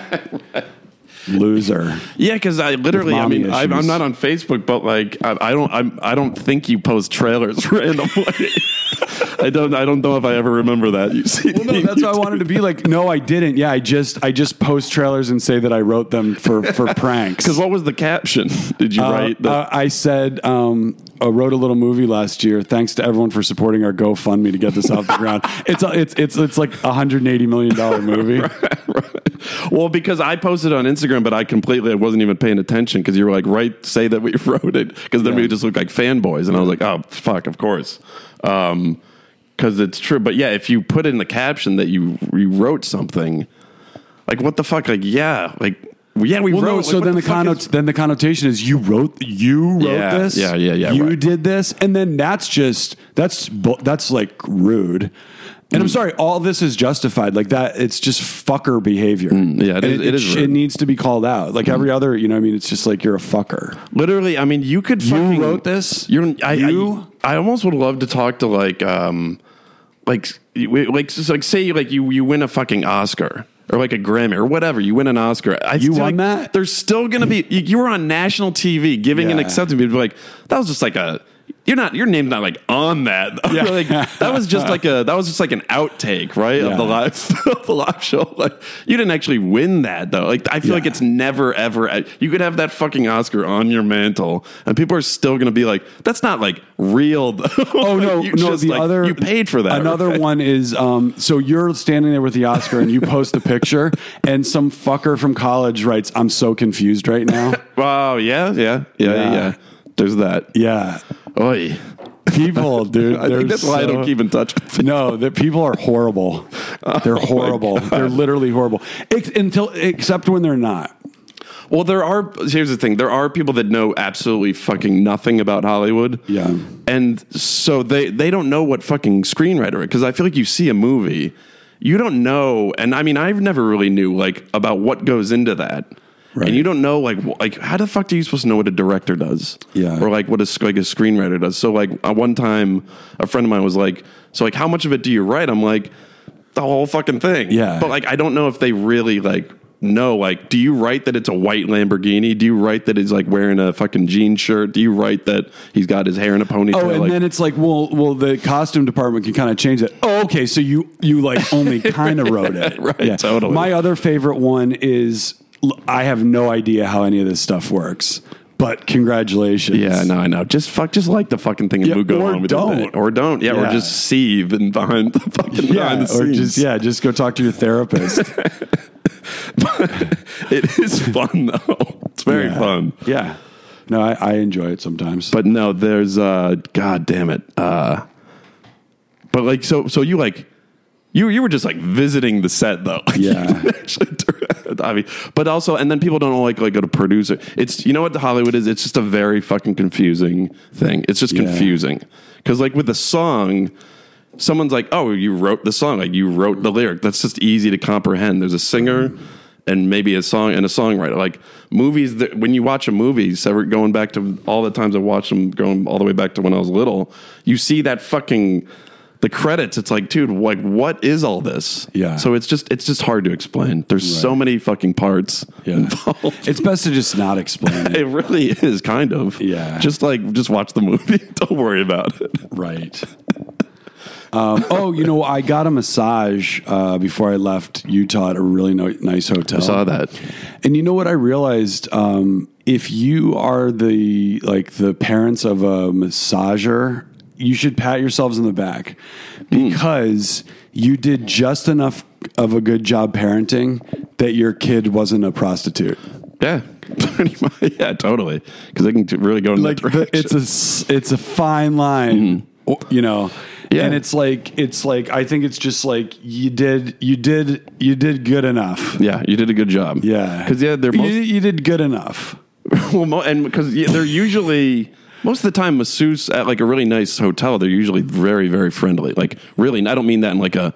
S2: loser.
S1: Yeah, because I literally, I
S2: mommy
S1: mean, I, I'm
S2: issues.
S1: not on Facebook, but like, I, I don't, I'm, I don't think you post trailers randomly. I don't, I don't know if I ever remember that. You see,
S2: Well, no, that's what I wanted to be like. No, I didn't. Yeah, I just I just post trailers and say that I wrote them for for pranks.
S1: because what was the caption? Did you
S2: Uh,
S1: write? The,
S2: uh, I said um, I wrote a little movie last year. Thanks to everyone for supporting our GoFundMe to get this off the ground. It's a, it's it's it's like a hundred and eighty million dollar movie.
S1: well, because I posted on Instagram, but I completely, I wasn't even paying attention because you were like, right, say that we wrote it, because then
S2: Yeah.
S1: we just looked like fanboys, and I was like, oh fuck, of course. Um, because it's true, but yeah, if you put in the caption that you rewrote something, like what the fuck, like yeah, like yeah, we
S2: Well,
S1: wrote.
S2: no.
S1: like,
S2: So
S1: what
S2: then the,
S1: fuck
S2: connot-
S1: is-
S2: then the connotation is you wrote you wrote
S1: Yeah,
S2: this.
S1: yeah, yeah, yeah,
S2: You
S1: right.
S2: did this, and then that's just that's bu- that's like rude. And
S1: Mm.
S2: I'm sorry, all this is justified like that. It's just fucker behavior.
S1: Mm, yeah, it
S2: And
S1: is- it is
S2: sh-
S1: rude. Mm.
S2: It needs to be called out. Like every other, you know, what I mean, it's just like you're a fucker.
S1: Literally, I mean, you could. Fucking,
S2: wrote this?
S1: You're. I,
S2: You?
S1: I, I almost would love to talk to like, um, like, you- like, just like say like you you win a fucking Oscar or like a Grammy or whatever. You win an Oscar. I
S2: You
S1: feel like
S2: won that?
S1: There's still gonna be. You, you were on national TV giving an
S2: Yeah.
S1: acceptance. People like that was just like a. You're not. Your name's not like on that.
S2: Yeah.
S1: like, that was just like a. That was just like an outtake, right? Of the
S2: Yeah.
S1: live of the live show. Like you didn't actually win that though. Like I feel like
S2: Yeah.
S1: it's never ever e, you could have that fucking Oscar on your mantle and people are still going to be like that's not like real though.
S2: Oh
S1: Like,
S2: no,
S1: you
S2: no.
S1: just,
S2: the
S1: like,
S2: other
S1: you paid for that.
S2: Another
S1: right?
S2: one is um, so you're standing there with the Oscar and you post the picture, and some fucker from college writes, "I'm so confused right now."
S1: Wow, yeah, yeah. Yeah, yeah.
S2: Yeah.
S1: yeah. There's that.
S2: yeah,
S1: Oy.
S2: people, dude.
S1: I
S2: they're
S1: think that's why I
S2: so-
S1: don't keep in touch. with people.
S2: No, the people are horrible. They're horrible. They're literally horrible. Ex- until except when they're not.
S1: Well, there are here's the thing. There are people that know absolutely fucking nothing about Hollywood.
S2: Yeah.
S1: And so they they don't know what fucking screenwriter because I feel like you see a movie, you don't know and I mean I've never really knew like about what goes into that.
S2: Right.
S1: And you don't know like wh- like how the fuck do you supposed to know what a director does?
S2: Yeah.
S1: Or like what a sc- like a screenwriter does. So like at one time a friend of mine was like, so like how much of it do you write? I'm like the whole fucking thing.
S2: Yeah.
S1: But like I don't know if they really like know like do you write that it's a white Lamborghini? Do you write that he's like wearing a fucking jean shirt? Do you write that he's got his hair in a ponytail?
S2: Oh, and
S1: like,
S2: then it's like, well, well, the costume department can kind of change it. Oh, okay, so you you like only kind of wrote it,
S1: Right, totally.
S2: My other favorite one is l- I have no idea how any of this stuff works, but congratulations.
S1: yeah, no, I know. Just fuck, just like the fucking thing and
S2: Yeah,
S1: move go
S2: or
S1: on with
S2: don't.
S1: it, or don't, yeah, or
S2: Yeah.
S1: just seethe and behind the fucking
S2: Yeah,
S1: behind the
S2: or
S1: scenes.
S2: just yeah, just go talk to your therapist.
S1: it is fun though. It's very
S2: Yeah.
S1: fun.
S2: yeah, no, I, I enjoy it sometimes.
S1: But no, there's uh god damn it. Uh but like so so you like you you were just like visiting the set though. Like, you
S2: Yeah.
S1: didn't actually direct. I mean, but also and then people don't like like go to producer. It's you know what Hollywood is? It's just a very fucking confusing thing. It's just
S2: Yeah.
S1: confusing. Cuz like with a song someone's like, "Oh, you wrote the song. Like you wrote the lyric." That's just easy to comprehend. There's a singer and maybe a song and a songwriter. Like movies that when you watch a movie, so going back to all the times I watched them, going all the way back to when I was little, you see that fucking the credits. It's like, dude, like what is all this?
S2: Yeah.
S1: So it's just it's just hard to explain. There's so many fucking parts
S2: Yeah.
S1: involved.
S2: It's best to just not explain it.
S1: It really is kind of.
S2: Yeah.
S1: Just like just watch the movie. Don't worry about it.
S2: Right. Um, oh, you know, I got a massage uh, before I left Utah at a really no- nice hotel.
S1: Saw that.
S2: And you know what I realized? Um, if you are the like the parents of a massager, you should pat yourselves in the back
S1: Hmm.
S2: because you did just enough of a good job parenting that your kid wasn't a prostitute.
S1: Yeah. Pretty much. Yeah, totally. Because they can t- really go in
S2: like
S1: that direction.
S2: the, it's a s- it's a fine line o- you know
S1: Mm-hmm. Yeah.
S2: and it's like it's like i think it's just like you did you did you did good enough
S1: yeah, you did a good job.
S2: yeah
S1: Because yeah, they're
S2: you,
S1: most
S2: you did good enough
S1: well, mo- and because yeah, they're usually most of the time masseuse at like a really nice hotel. They're usually very very friendly. Like really, and I don't mean that in like a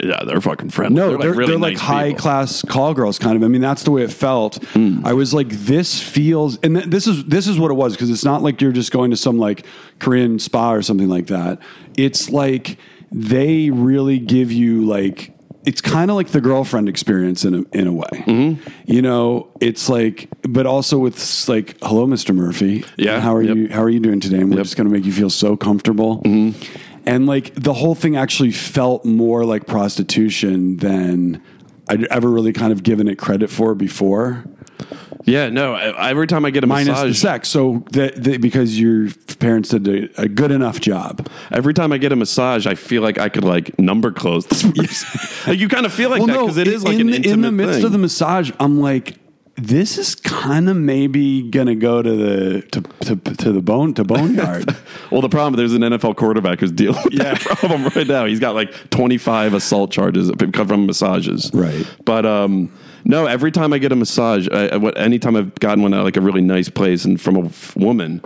S1: yeah, they're fucking friendly.
S2: no they're they're like,
S1: nice
S2: high
S1: people. Hmm.
S2: class call girls kind of i mean that's the way it felt i was like this feels and th- this is this is what it was because it's not like you're just going to some like korean spa or something like that it's like they really give you like it's kind of like the girlfriend experience in a, in a way
S1: Mm-hmm.
S2: you know it's like but also with s- like hello mr murphy
S1: Yeah,
S2: how are
S1: yep.
S2: you how are you doing today and we're
S1: Yep. Mm-hmm.
S2: just going to make you feel so comfortable and like the whole thing actually felt more like prostitution than I'd ever really kind of given it credit for before.
S1: Yeah, no. I- Every time I get a
S2: Minus the
S1: massage,
S2: sex, so that, that because your parents did a, a good enough job.
S1: every time I get a massage, I feel like I could like number close this person. like you kind of feel like that because it
S2: in-
S1: is like
S2: in,
S1: an
S2: the-
S1: intimate
S2: in the midst
S1: thing.
S2: of the massage, I'm like, this is kind of maybe gonna go to the to, to, to the bone to boneyard.
S1: Well, the problem there's an NFL quarterback who's dealing with that problem right now. He's got like 25 assault charges that come from massages.
S2: Right.
S1: But um, no, every time I get a massage, I, I, what- anytime I've gotten one at like a really nice place and from a f- woman.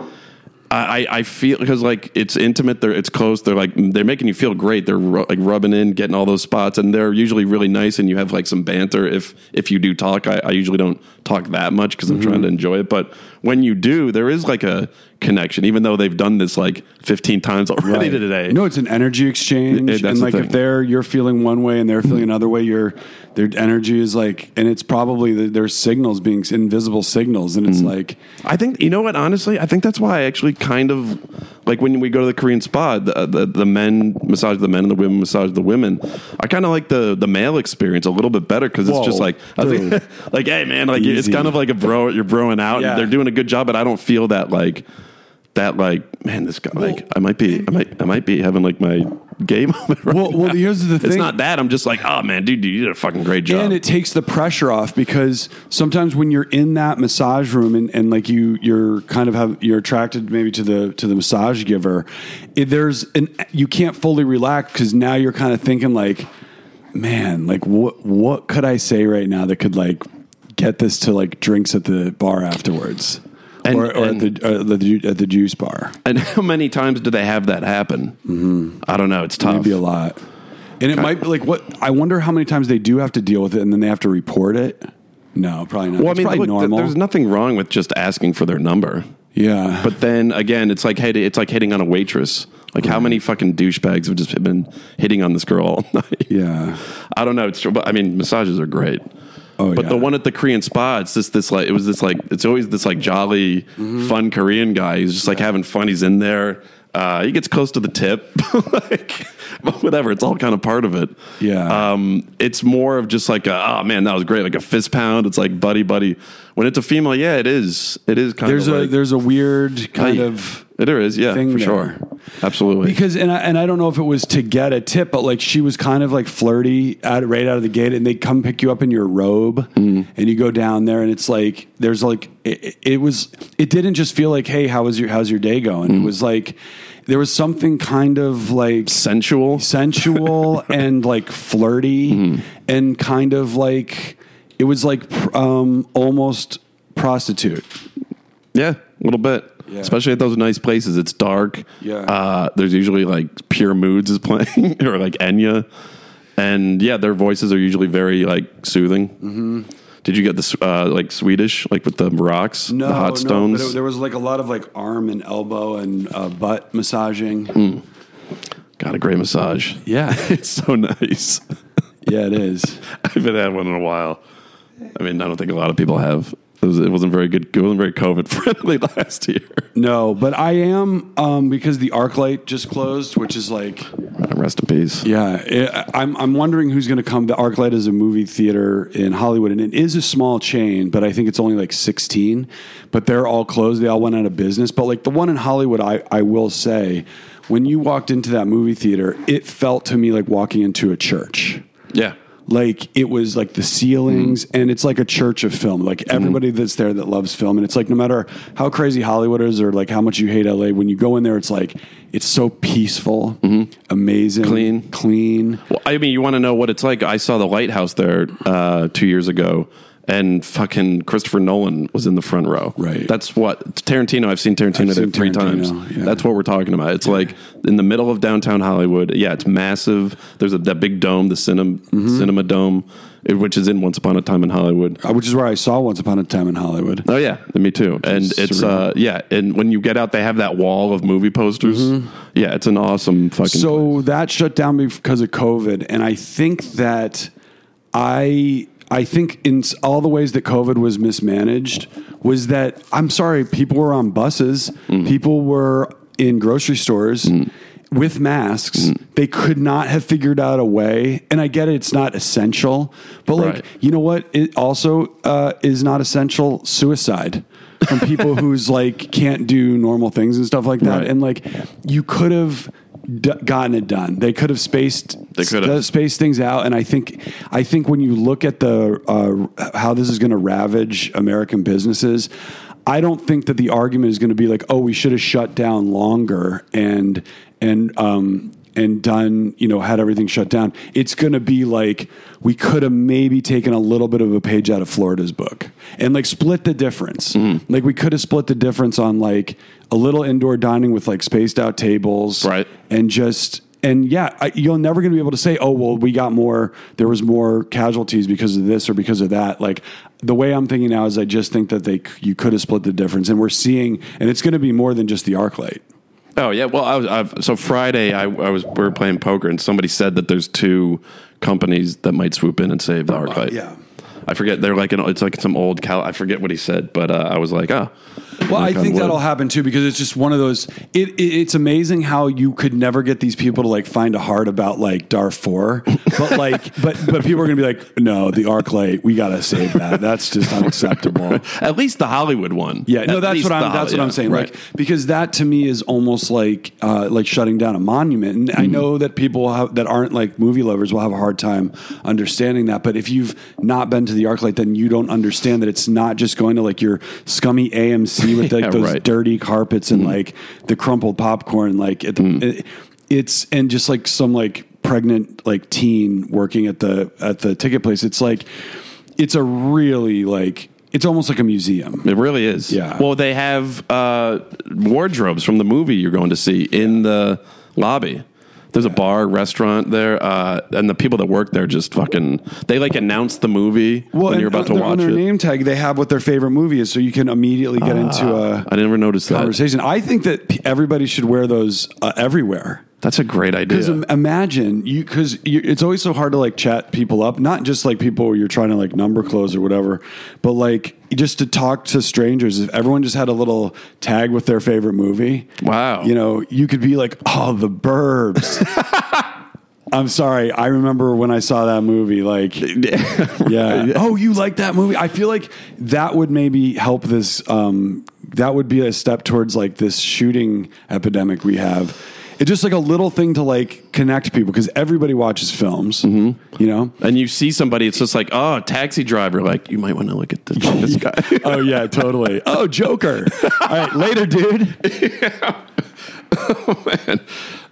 S1: I, I I feel because like it's intimate, they're it's close, they're like they're making you feel great. They're ru- like rubbing in, getting all those spots, and they're usually really nice. And you have like some banter if if you do talk. I, I usually don't talk that much because I'm trying to enjoy it. But when you do, there is like a connection, even though they've done this like 15 times already today.
S2: No, it's an energy exchange,
S1: It- it- that's
S2: and
S1: the
S2: like
S1: thing. Mm-hmm.
S2: if they're you're feeling one way and they're feeling another way, your their energy is like, and it's probably the, there's signals being invisible signals, and it's
S1: Mm-hmm.
S2: like
S1: I think you know what. Honestly, I think that's why I actually kind of like when we go to the Korean spa. The uh, the, the men massage the men and the women massage the women. I kind of like the the male experience a little bit better because it's
S2: Whoa,
S1: just like I was like,
S2: dude.
S1: like, hey man, like it's
S2: Easy.
S1: kind of like a bro. You're broing out.
S2: Yeah.
S1: and They're doing a good job, but I don't feel that like that like man. This guy like I might be I might I might be having like my gay moment. Right
S2: Well- well,
S1: now.
S2: here's the
S1: It's
S2: thing.
S1: not that. I'm just like oh man, dude, dude, you did a fucking great job.
S2: And it takes the pressure off because sometimes when you're in that massage room and, and like you you're kind of have you're attracted maybe to the to the massage giver, it, there's an you can't fully relax because now you're kind of thinking like, man, like what what could I say right now that could like get this to like drinks at the bar afterwards.
S1: And-
S2: or or at,
S1: and-
S2: the, uh, the ju- at the juice bar,
S1: and how many times do they have that happen?
S2: Mm-hmm.
S1: I don't know. It's tough.
S2: maybe a lot, and it might be like what I wonder how many times they do have to deal with it, and then they have to report it. No, probably not.
S1: Well, I
S2: It's
S1: mean,
S2: probably
S1: look, th-
S2: normal.
S1: there's nothing wrong with just asking for their number.
S2: Yeah,
S1: But then again, it's like hey, it's like hitting on a waitress. Like how many fucking douchebags have just been hitting on this girl all night?
S2: yeah,
S1: I don't know. It's true, but I mean, massages are great.
S2: Oh,
S1: but
S2: yeah.
S1: the one at the Korean spa, it's just this like it was this like it's always this like jolly,
S2: Mm-hmm.
S1: fun Korean guy. He's just like having fun. He's in there. Uh, he gets close to the tip, like but whatever. It's all kind of part of it.
S2: Yeah.
S1: Um, it's more of just like a, oh man, that was great, like a fist pound. It's like buddy, buddy. When it's a female, yeah, it is. It is kind
S2: there's
S1: of
S2: a
S1: like-
S2: there's a weird kind
S1: yeah.
S2: of
S1: it is yeah
S2: thing
S1: for
S2: there.
S1: sure absolutely
S2: because and I, and I don't know if it was to get a tip, but like she was kind of like flirty at, right out of the gate, and they come pick you up in your robe,
S1: Mm.
S2: and you go down there, and it's like there's like it, it was it didn't just feel like hey how was your how's your day going?
S1: Mm.
S2: It was like there was something kind of like
S1: sensual
S2: sensual and like flirty
S1: Mm-hmm.
S2: and kind of like it was like pr- um almost prostitute
S1: yeah a little bit
S2: Yeah.
S1: especially at those nice places it's dark
S2: Yeah.
S1: uh, there's usually like pure moods is playing or like Enya and yeah their voices are usually very like soothing mm-hmm. Did you get the uh, like Swedish, like with the rocks,
S2: No,
S1: the hot
S2: no,
S1: stones?
S2: but it- there was like a lot of like arm and elbow and uh, butt massaging.
S1: Mm. Got a great massage.
S2: Yeah,
S1: It's so nice.
S2: yeah, it is.
S1: I haven't had one in a while. I mean, I don't think a lot of people have. It, was, it wasn't very good. It wasn't very COVID friendly last year.
S2: No, but I am um, because the arc light just closed, which is like
S1: Uh, Rest in peace.
S2: yeah. It, I'm I'm wondering who's going to come. The arc light is a movie theater in Hollywood, and it is a small chain, but I think it's only like 16. But they're all closed. They all went out of business. But like the one in Hollywood, I I will say, when you walked into that movie theater, it felt to me like walking into a church.
S1: Yeah.
S2: like it was like the ceilings and it's like a church of film like everybody that's there that loves film and it's like no matter how crazy hollywood is or like how much you hate la when you go in there it's like it's so peaceful amazing
S1: Clean.
S2: clean
S1: Well, I mean, you want to know what it's like. I saw the lighthouse there uh, two years ago, and fucking Christopher Nolan was in the front row.
S2: Right.
S1: That's what Tarantino. I've seen Tarantino
S2: I've seen
S1: three times.
S2: Tarantino, yeah.
S1: That's what we're talking about. It's like in the middle of downtown Hollywood. Yeah, it's massive. There's a, that big dome, the cinema,
S2: Mm-hmm.
S1: cinema dome, eh, which is in Once Upon a Time in Hollywood.
S2: Uh, which is where i saw once upon a time in hollywood
S1: Oh yeah, me too. And it's
S2: surreal.
S1: uh, yeah, and when you get out, they have that wall of movie posters. Yeah, it's an awesome fucking.
S2: Mm-hmm. So that shut down because of COVID, and I think that I I think in s- all the ways that COVID was mismanaged was that I'm sorry, people were on buses, people were in grocery stores. With masks, they could not have figured out a way. And I get it; it's not essential, but like
S1: Right.
S2: you know what? It also uh, is not essential. Suicide from people who's like can't do normal things and stuff like that.
S1: Right.
S2: And like you could have d- gotten it done. They could have spaced
S1: They could have.
S2: st- spaced things out. And I think I think when you look at the uh, how this is going to ravage American businesses. I don't think that the argument is going to be like, oh, we should have shut down longer and and um, and done, you know, had everything shut down. It's going to be like we could have maybe taken a little bit of a page out of Florida's book and like split the difference. Like we could have split the difference on like a little indoor dining with like spaced out tables,
S1: Right.
S2: And just and yeah, I, you're never going to be able to say, oh well, we got more. There was more casualties because of this or because of that. Like the way I'm thinking now is, I just think that they c- you could have split the difference, and we're seeing, and it's going to be more than just the arc light.
S1: Oh yeah, well, I was I've, so Friday. I, I was we were playing poker, and somebody said that there's two companies that might swoop in and save the arclight.
S2: Uh-huh, yeah.
S1: I forget. They're like an, it's like some old Cal. I forget what he said, but uh, I was like, oh,
S2: Well, I
S1: Knock on
S2: think
S1: wood.
S2: that'll happen too because it's just one of those. It, it it's amazing how you could never get these people to like find a heart about like Darfur, but like but but people are gonna be like, no, the arc light, we gotta save that. That's just unacceptable.
S1: at least the Hollywood one.
S2: Yeah, no,
S1: At
S2: that's
S1: least
S2: what
S1: the
S2: I'm. That's
S1: Holly-
S2: what I'm
S1: yeah,
S2: saying.
S1: right.
S2: Like because that to me is almost like uh, like shutting down a monument. And
S1: Hmm.
S2: I know that people have, that aren't like movie lovers will have a hard time understanding that. But if you've not been to the ArcLight, then you don't understand that it's not just going to like your scummy AMC with like
S1: Yeah,
S2: those
S1: right. Hmm.
S2: dirty carpets and like the crumpled popcorn. Like at the, it- it's and just like some like pregnant like teen working at the at the ticket place. It's like it's a really like. It's almost like a museum.
S1: It really is.
S2: Yeah.
S1: Well, they have uh, wardrobes from the movie you're going to see in the lobby. There's a bar, restaurant there, uh, and the people that work there just fucking. They like announce the movie when
S2: and
S1: you're about to
S2: on their-
S1: watch
S2: on their
S1: it.
S2: name tag, they have what their favorite movie is, so you can immediately get into a
S1: I never noticed that.
S2: conversation. I think that p- everybody should wear those uh, everywhere.
S1: That's a great idea.
S2: Because imagine you, because it's always so hard to like chat people up, not just like people you're trying to like number close or whatever, but like just to talk to strangers. If everyone just had a little tag with their favorite movie,
S1: Wow.
S2: you know, you could be like, oh, the Burbs. I'm sorry. I remember when I saw that movie, like yeah. Oh, you like that movie? I feel like that would maybe help this. Um, that would be a step towards like this shooting epidemic we have. It's just like a little thing to like connect people because everybody watches films, you know.
S1: and you see somebody, it's just like, oh, taxi driver. Like, you might want to look at this, this guy.
S2: oh yeah, totally. Oh, Joker. All right, later, dude.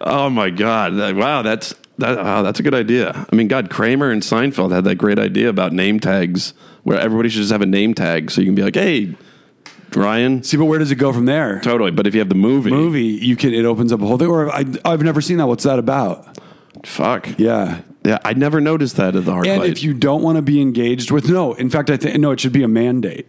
S1: Oh my god! That- Wow, that's that. Wow, that's a good idea. I mean, God, Kramer and Seinfeld had that great idea about name tags, where everybody should just have a name tag, so you can be like, hey, Ryan.
S2: See, but where does it go from there?
S1: Totally, but if you have the movie,
S2: Movie, you can. It opens up a whole thing. Or I, I've never seen that. What's that about?
S1: fuck,
S2: Yeah.
S1: Yeah, I never noticed that at the hard
S2: And
S1: light.
S2: if you don't want to be engaged with, no. In fact, I think no. It should be a mandate.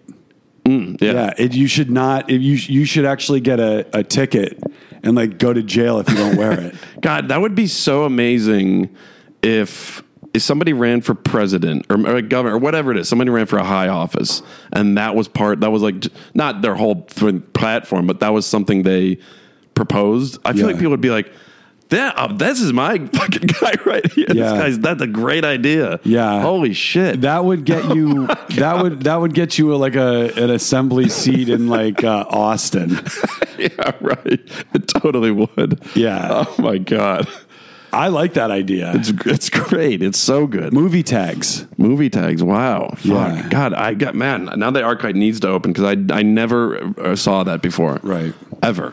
S1: yeah.
S2: Yeah, it, you should not. It, you you should actually get a, a ticket and like go to jail if you don't wear it.
S1: God, that would be so amazing if if somebody ran for president or, or governor or whatever it is. Somebody ran for a high office, and that was part. That was like j- not their whole th- platform, but that was something they proposed. I feel
S2: Yeah.
S1: like people would be like. That, uh, this is my fucking guy right here. This
S2: Yeah.
S1: guy's that's a great idea.
S2: Yeah.
S1: Holy shit.
S2: That would get you. that would that would get you like a an assembly seat in like uh, Austin.
S1: yeah, right. It totally would.
S2: Yeah.
S1: Oh my god.
S2: I like that idea.
S1: It's it's great. It's so good.
S2: movie tags.
S1: Movie tags. Wow. Fuck.
S2: Yeah.
S1: God, I got man. Now the archive needs to open because I I never uh, saw that before.
S2: Right.
S1: Ever.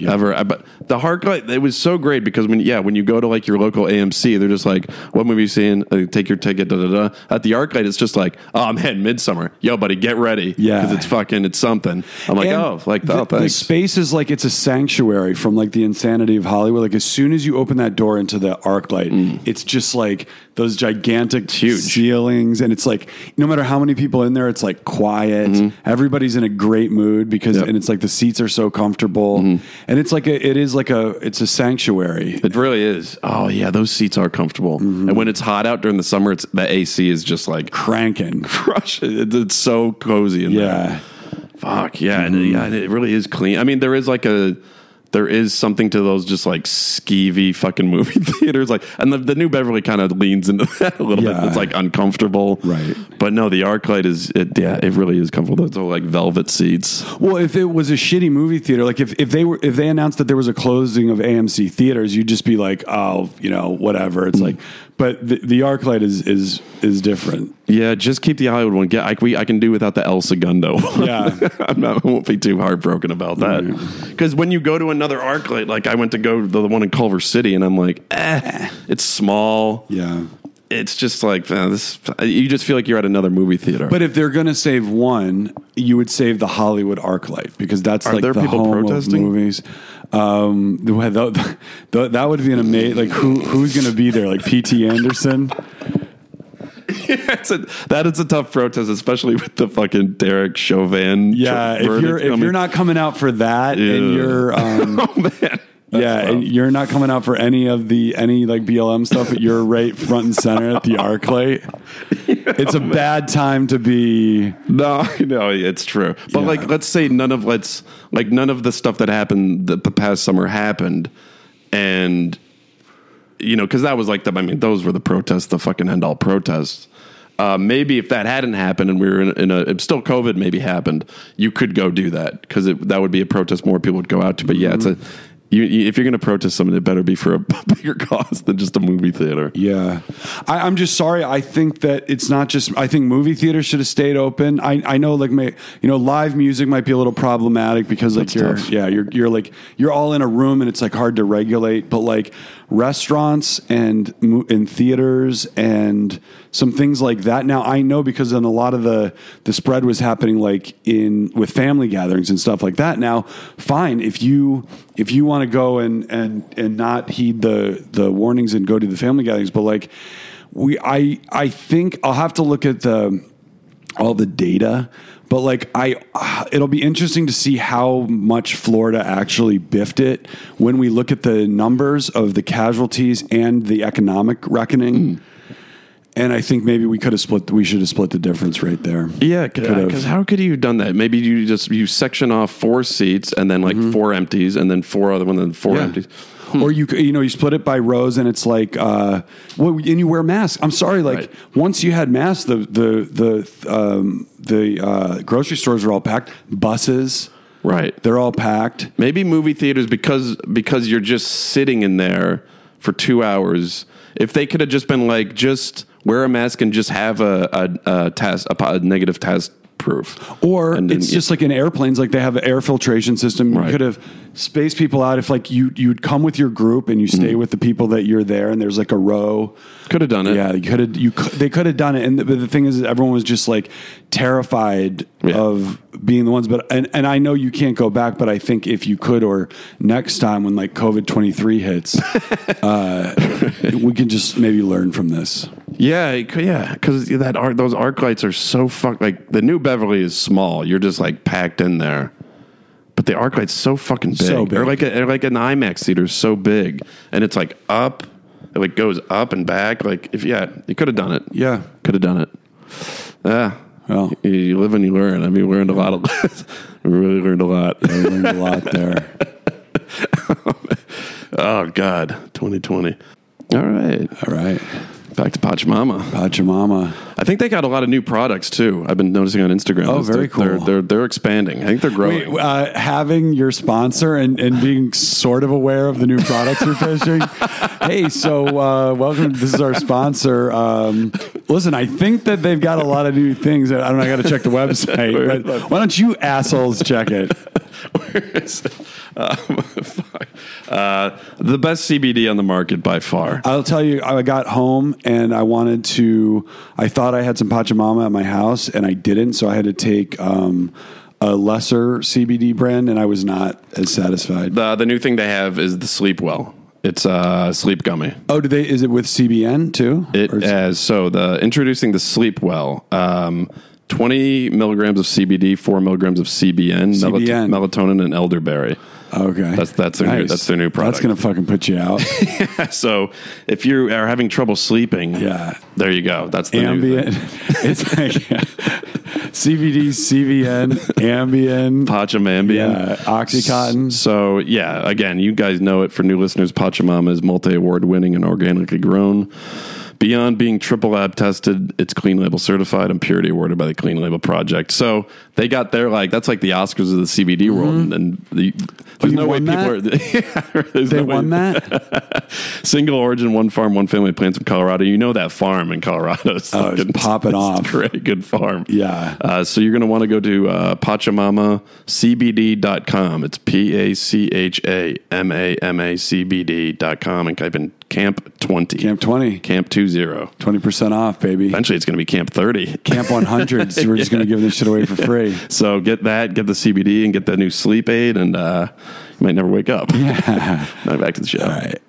S1: Ever. I- But the archive it was so great because when yeah when you go to like your local AMC they're just like what movie you seeing uh, take your ticket da da da at the archive it's just like oh man Midsummer yo buddy get ready
S2: Yeah.
S1: because it's fucking it's something I'm like
S2: And
S1: oh like
S2: the,
S1: oh
S2: the
S1: thanks
S2: space is like it's a sanctuary from like the insanity of Hollywood. Like as soon as you open that door into the arc light, it's just like those gigantic
S1: Mm. huge.
S2: ceilings, and it's like no matter how many people in there, it's like quiet. Everybody's in a great mood
S1: Mm-hmm.
S2: because,
S1: Yep. Mm-hmm.
S2: and it's like the seats are so comfortable, and it's like a, it is like a it's a sanctuary.
S1: It really is. Oh yeah, those seats are comfortable.
S2: Mm-hmm.
S1: And when it's hot out during the summer, it's the AC is just like
S2: Cranking,
S1: crushing. It, it's so cozy in there.
S2: yeah.
S1: Fuck yeah, and, yeah. and It really is clean. I mean, there is like a there is something to those just like skeevy fucking movie theaters. Like, and the, the new Beverly kind of leans into that a little
S2: Yeah.
S1: bit. It's like uncomfortable,
S2: Right.
S1: But no, the ArcLight is it, yeah, it really is comfortable. Those are like velvet seats.
S2: Well, if it was a shitty movie theater, like if, if they were if they announced that there was a closing of AMC theaters, you'd just be like, oh, you know, whatever. It's like, but the, the ArcLight is is is different.
S1: Yeah, just keep the Hollywood one. Get I, we, I can do without the El Segundo. one.
S2: Yeah.
S1: I'm not, I won't be too heartbroken about that. Because when you go to another ArcLight, like I went to go to the one in Culver City, and I'm like, eh, it's small.
S2: Yeah.
S1: It's just like eh, this. You just feel like you're at another movie theater.
S2: But if they're gonna save one, you would save the Hollywood ArcLight because that's like
S1: there
S2: the
S1: people
S2: home
S1: protesting?
S2: of movies. Um, the way- the- the- that would be an amazing. Like who who's gonna be there? Like P.T. Anderson.
S1: it's a, that is a tough protest, especially with the fucking Derek Chauvin.
S2: Yeah.
S1: verdict
S2: If you're if
S1: coming.
S2: you're not coming out for that, and
S1: Yeah.
S2: you're. Um,
S1: oh man,
S2: yeah,
S1: That's
S2: and you're not coming out for any of the any like BLM stuff. but You're right front and center at the ArcLight. It's a
S1: Oh,
S2: bad time to be.
S1: No, no, it's true. But
S2: Yeah.
S1: like, let's say none of let's like none of the stuff that happened the, the past summer happened, and you know, because that was like the. I mean, those were the protests, the fucking end all protests. Uh, maybe if that hadn't happened and we were in, in a if still COVID maybe happened, you could go do that because that would be a protest more people would go out to. But yeah, it's a you, you, if you're going to protest something, it better be for a bigger cause than just a movie theater.
S2: Yeah, I, I'm just sorry. I think that it's not just. I think movie theaters should have stayed open. I, I know like may, you know live music might be a little problematic because like
S1: That's
S2: you're
S1: tough.
S2: yeah you're you're like you're all in a room and it's like hard to regulate. But like restaurants and mo- and theaters and some things like that. Now I know because then a lot of the the spread was happening like in with family gatherings and stuff like that. Now fine if you if you want to go and and and not heed the the warnings and go to the family gatherings, but like we I I think I'll have to look at the all the data but like i uh, it'll be interesting to see how much florida actually biffed it when we look at the numbers of the casualties and the economic
S1: Hmm.
S2: reckoning and i think maybe we could have split we should have split the difference right there
S1: Yeah,
S2: have.
S1: because how could you have done that? Maybe you just you section off four seats and then like four empties and then four other one and then four
S2: Mm-hmm. Yeah.
S1: empties.
S2: Or you c- you know you split it by rows and it's like uh, well, and you wear masks. I'm sorry, like
S1: Right.
S2: once you had masks, the the the um, the uh, grocery stores are all packed. Buses,
S1: Right.
S2: they're all packed.
S1: Maybe movie theaters because because you're just sitting in there for two hours. If they could have just been like, just wear a mask and just have a a, a test a, po- a negative test proof.
S2: Or
S1: And then
S2: it's
S1: you-
S2: just like in airplanes, like they have an air filtration system.
S1: Right.
S2: You could have spaced people out if like you you'd come with your group and you stay with the people that you're there, and there's like a row.
S1: Could have Mm-hmm. done it.
S2: Yeah, you could have you cou- they could have done it, and the, but the thing is, everyone was just like terrified
S1: Yeah.
S2: of being the ones. But and and I know you can't go back, but I think if you could, or next time when like COVID twenty three hits, uh, we can just maybe learn from this.
S1: Yeah, it could- yeah, because that arc, those arc lights are so fuck. Like the new Beverly is small; you're just like packed in there. But the arc light's so fucking big.
S2: So big.
S1: Or like a, or like an IMAX theater is so big, and it's like up, it like goes up and back. Like if yeah, you could have done it.
S2: Yeah.
S1: could have done it. Yeah,
S2: Well.
S1: you, you live and you learn. I mean, we learned a lot. Of, we really learned a lot.
S2: I learned a lot there.
S1: Oh God, 2020. All right,
S2: All right,
S1: back to Pachamama.
S2: Pachamama.
S1: I think they got a lot of new products too. I've been noticing on Instagram.
S2: Oh, very
S1: they're,
S2: cool.
S1: They're, they're they're expanding. I think they're
S2: Wait,
S1: growing.
S2: uh, having your sponsor and, and being sort of aware of the new products you're pitching. hey, so uh, welcome. This is our sponsor. Um, listen, I think that they've got a lot of new things. I don't know. I got to check the website. But why don't you assholes check it?
S1: Where is it? Um, fuck. Uh, the best CBD on the market by far.
S2: I'll tell you, I got home and I wanted to. I thought I had some Pachamama at my house and I didn't, so I had to take um, a lesser CBD brand, and I was not as satisfied.
S1: The the new thing they have is the Sleep Well. It's a sleep gummy.
S2: Oh, do they? Is it with CBN too?
S1: It
S2: Or is-
S1: has so the introducing the Sleep Well. Um, 20 milligrams of CBD, 4 milligrams of CBN, melat-
S2: CBN.
S1: melatonin, and elderberry.
S2: Okay,
S1: That's- that's their new- that's their new product.
S2: That's gonna fucking put you out.
S1: so if you are having trouble sleeping,
S2: Yeah.
S1: there you go. That's the new thing.
S2: Ambien. it's like CBD, CBN, Ambien,
S1: Pachamambian.
S2: yeah, OxyContin.
S1: So yeah, again, you guys know it for new listeners. Pachamama is multi award winning and organically grown. Beyond being triple lab tested, it's clean label certified and purity awarded by the Clean Label Project. So they got their like that's like the Oscars of the CBD world, and, and the, there's
S2: you
S1: no way
S2: Mm-hmm. won
S1: people are. yeah, there's
S2: They
S1: no way-
S2: won that.
S1: Single origin, one farm, one family plants in Colorado. You know that farm in Colorado is
S2: Oh, it's popping
S1: it's a
S2: off.
S1: Pretty good farm.
S2: Yeah.
S1: Uh, so you're going to want to go to uh, PachamamaCBD.com. It's P A C H A M A M A C B D.com and type in Camp 20.
S2: Camp 20,
S1: Camp 20.
S2: 20% off, baby.
S1: Eventually it's going to be Camp 30.
S2: Camp 100. So we're just gonna give this shit away for free.
S1: So get that, get the CBD, and get that new sleep aid, and uh, you might never wake up. Yeah. now back to the show.
S2: right.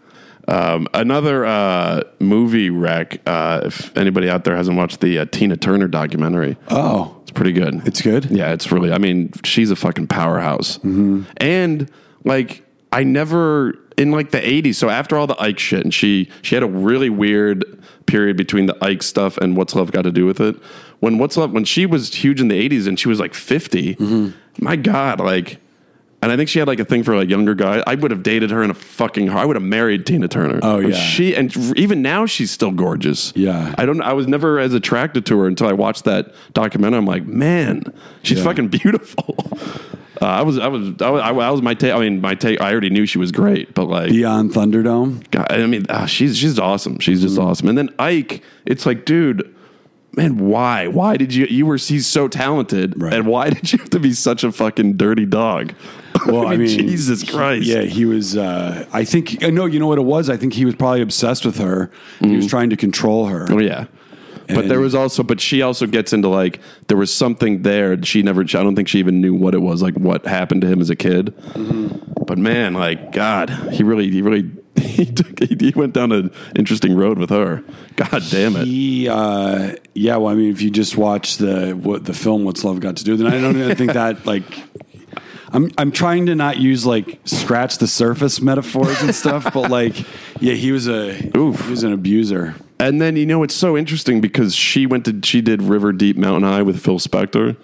S1: Um, another uh, movie wreck. Uh, if anybody out there hasn't watched the uh, Tina Turner documentary,
S2: Oh,
S1: it's pretty good.
S2: it's good. Mm-hmm.
S1: yeah, it's really. I mean, she's a fucking powerhouse. And like, I never in like the '80s. So after all the Ike shit, and she she had a really weird period between the Ike stuff and What's Love Got to Do with It. When What's Love when she was huge in the '80s and she was like 50.
S2: Mm-hmm.
S1: My God, like. And I think she had like a thing for like younger guy. I would have dated her in a fucking. heart. I would have married Tina Turner.
S2: Oh,
S1: But
S2: yeah.
S1: she and even now she's still gorgeous.
S2: Yeah.
S1: I don't. I was never as attracted to her until I watched that documentary. I'm like, man, she's
S2: Yeah.
S1: fucking beautiful. Uh, I was, I was, I was, I was my take. I mean, my take. I already knew she was great, but like,
S2: Beyond Thunderdome.
S1: God, I mean, ah, she's she's awesome. She's just
S2: Mm-hmm.
S1: awesome. And then Ike, it's like, dude, man, why? Why did you? You were he's so talented,
S2: Right.
S1: and why did you have to be such a fucking dirty dog?
S2: Well, I mean,
S1: Jesus Christ.
S2: Yeah, he was. Uh, I think. No, you know what it was. I think he was probably obsessed with her. He
S1: Mm.
S2: was trying to control her.
S1: Oh yeah. But
S2: And-
S1: there was also, but she also gets into like there was something there. and She never, I don't think she even knew what it was, like what happened to him as a kid.
S2: Mm-hmm.
S1: But man, like God, he really, he really, he took, he went down an interesting road with her. God damn it!
S2: He, uh, yeah. Well, I mean, if you just watch the what the film "What's Love Got to Do," then I don't even think that like. I'm I'm trying to not use like scratch the surface metaphors and stuff, but like, yeah, he was a
S1: Oof.
S2: he was an abuser.
S1: And then you know it's so interesting because she went to she did River Deep Mountain High with Phil Spector,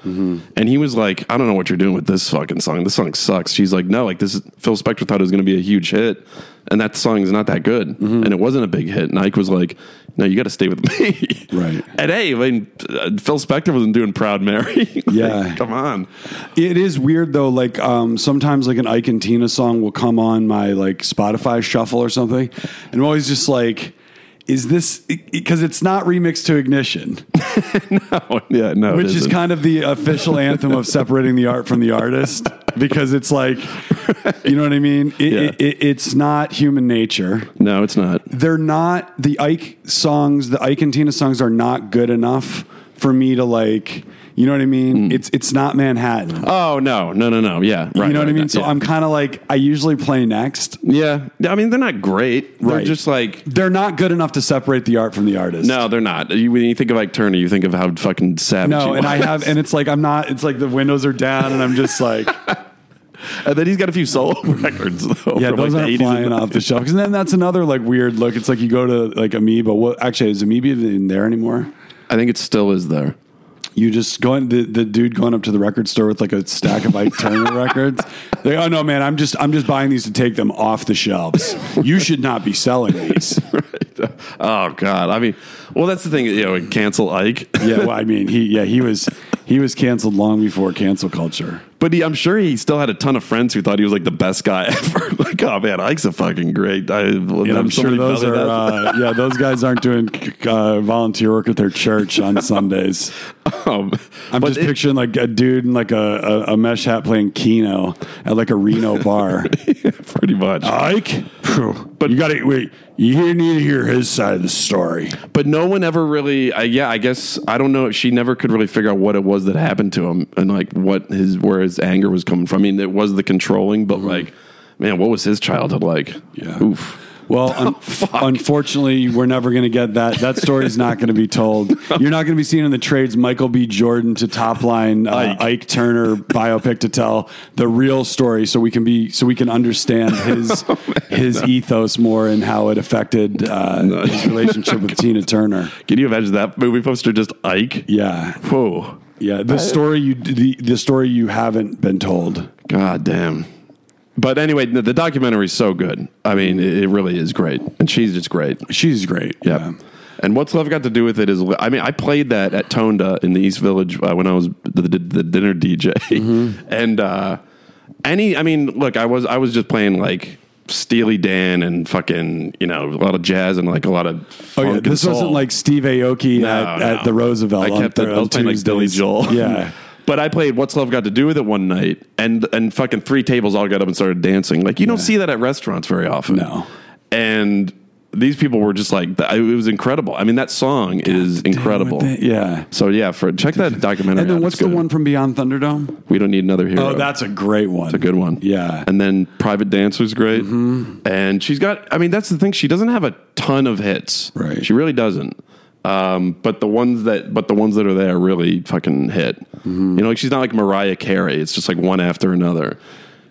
S1: and he was like, "I don't know what you're doing with this fucking song. This song sucks." She's like, "No, like this." Is, Phil Spector thought it was going to be a huge hit, and that song is not that good, and it wasn't a big hit. And Ike was like, "No, you got to stay with me."
S2: Right.
S1: And hey, I mean, uh, Phil Spector wasn't doing Proud Mary. Like,
S2: Yeah.
S1: come on.
S2: It is weird though. Like um, sometimes, like an Ike and Tina song will come on my like Spotify shuffle or something, and I'm always just like, "Is this?" Because it's not remixed to Ignition,
S1: no, Oh, yeah, no, it
S2: Which is
S1: isn't.
S2: kind of the official anthem of separating the art from the artist because it's like, you know what I mean? It,
S1: Yeah.
S2: it, it, it's not human nature.
S1: no, it's not.
S2: They're not the Ike songs, the Ike and Tina songs are not good enough for me to like, you know what I
S1: Mm.
S2: mean? It's it's not Manhattan.
S1: Oh no, no, no, no. Yeah,
S2: you know what I mean? So
S1: yeah.
S2: I'm kind of like, I usually play next.
S1: Yeah, I mean they're not great. They're
S2: Right.
S1: just like
S2: They're not good enough to separate the art from the artist.
S1: no, they're not. You, when you think of Ike Turner, you think of how fucking savage.
S2: No,
S1: he
S2: and I
S1: was.
S2: have, and it's like I'm not. It's like the windows are down, and I'm just like,
S1: And then he's got a few solo records. Though,
S2: yeah,
S1: from,
S2: those
S1: like, the 80s
S2: aren't
S1: and
S2: flying off the shelf. And then that's another like weird look. It's like you go to like Amoeba. What actually is Amoeba in there anymore?
S1: I think it still is there.
S2: You just going the, the dude going up to the record store with like a stack of Ike Turner records. Like, oh no, man, I'm just I'm just buying these to take them off the shelves. You should not be selling these.
S1: Right. Oh God! I mean, well, that's the thing. You know, cancel Ike,
S2: Yeah, well, I mean, he yeah he was he was canceled long before cancel culture.
S1: but he, I'm sure he still had a ton of friends who thought he was like the best guy ever. like, oh man, Ike's a fucking great. I,
S2: And I'm sure those are, uh, yeah, those guys aren't doing uh, volunteer work at their church on Sundays. uh,
S1: um,
S2: I'm just picturing like a dude in like a, a, a mesh hat playing Keno at like a Reno bar.
S1: pretty much.
S2: Ike, but you got to wait. You need to hear his side of the story.
S1: but no one ever really. I yeah, I guess I don't know. She never could really figure out what it was that happened to him and like what his where his anger was coming from. I mean, it was the controlling, but like, man, what was his childhood like?
S2: Mm-hmm. Yeah.
S1: Oof.
S2: Well, un- unfortunately, we're never going to get that. That story's not going to be told. You're not going to be seeing in the trades Michael B. Jordan to top line uh, Ike.
S1: Ike.
S2: Turner biopic to tell the real story, so we can be so we can understand his his ethos more and how it affected uh, his relationship with Tina Turner.
S1: Can you imagine that movie poster? Just Ike.
S2: Yeah,
S1: Whoa.
S2: yeah. The story you the, the story you haven't been told.
S1: God damn. But anyway, the, the documentary is so good. I mean, it, it really is great, and she's just great.
S2: She's great.
S1: Yeah. And what's love got to do with it is, I mean, I played that at Tonda in the East Village uh, when I was the, the, the dinner DJ,
S2: Mm-hmm.
S1: and uh, any, I mean, look, I was I was just playing like Steely Dan and fucking, you know, a lot of jazz and like a lot of.
S2: Oh yeah,
S1: funk and
S2: this wasn't
S1: soul.
S2: like Steve Aoki at,
S1: No,
S2: at
S1: Oh, no.
S2: the Roosevelt.
S1: I
S2: on
S1: kept it.
S2: Thur-
S1: I was
S2: on
S1: playing like Billy
S2: Tuesdays.
S1: Joel.
S2: Yeah.
S1: But I played "What's Love Got to Do with It" one night, and and fucking three tables all got up and started dancing. Like you don't see that at restaurants very often.
S2: No.
S1: And these people were just like, it was incredible. I mean, that song is incredible.
S2: With it, Yeah.
S1: So yeah, for check that documentary.
S2: And then
S1: out.
S2: what's
S1: It's
S2: the
S1: good.
S2: one from Beyond Thunderdome?
S1: We don't need another hero.
S2: Oh, that's a great one.
S1: a good one.
S2: Yeah. Mm-hmm.
S1: And then Private Dancer's great. And she's got. I mean, that's the thing. She doesn't have a ton of hits.
S2: Right.
S1: She really doesn't. Um, but the ones that, but the ones that are there really fucking hit.
S2: Mm-hmm.
S1: You know, like she's not like Mariah Carey. It's just like one after another.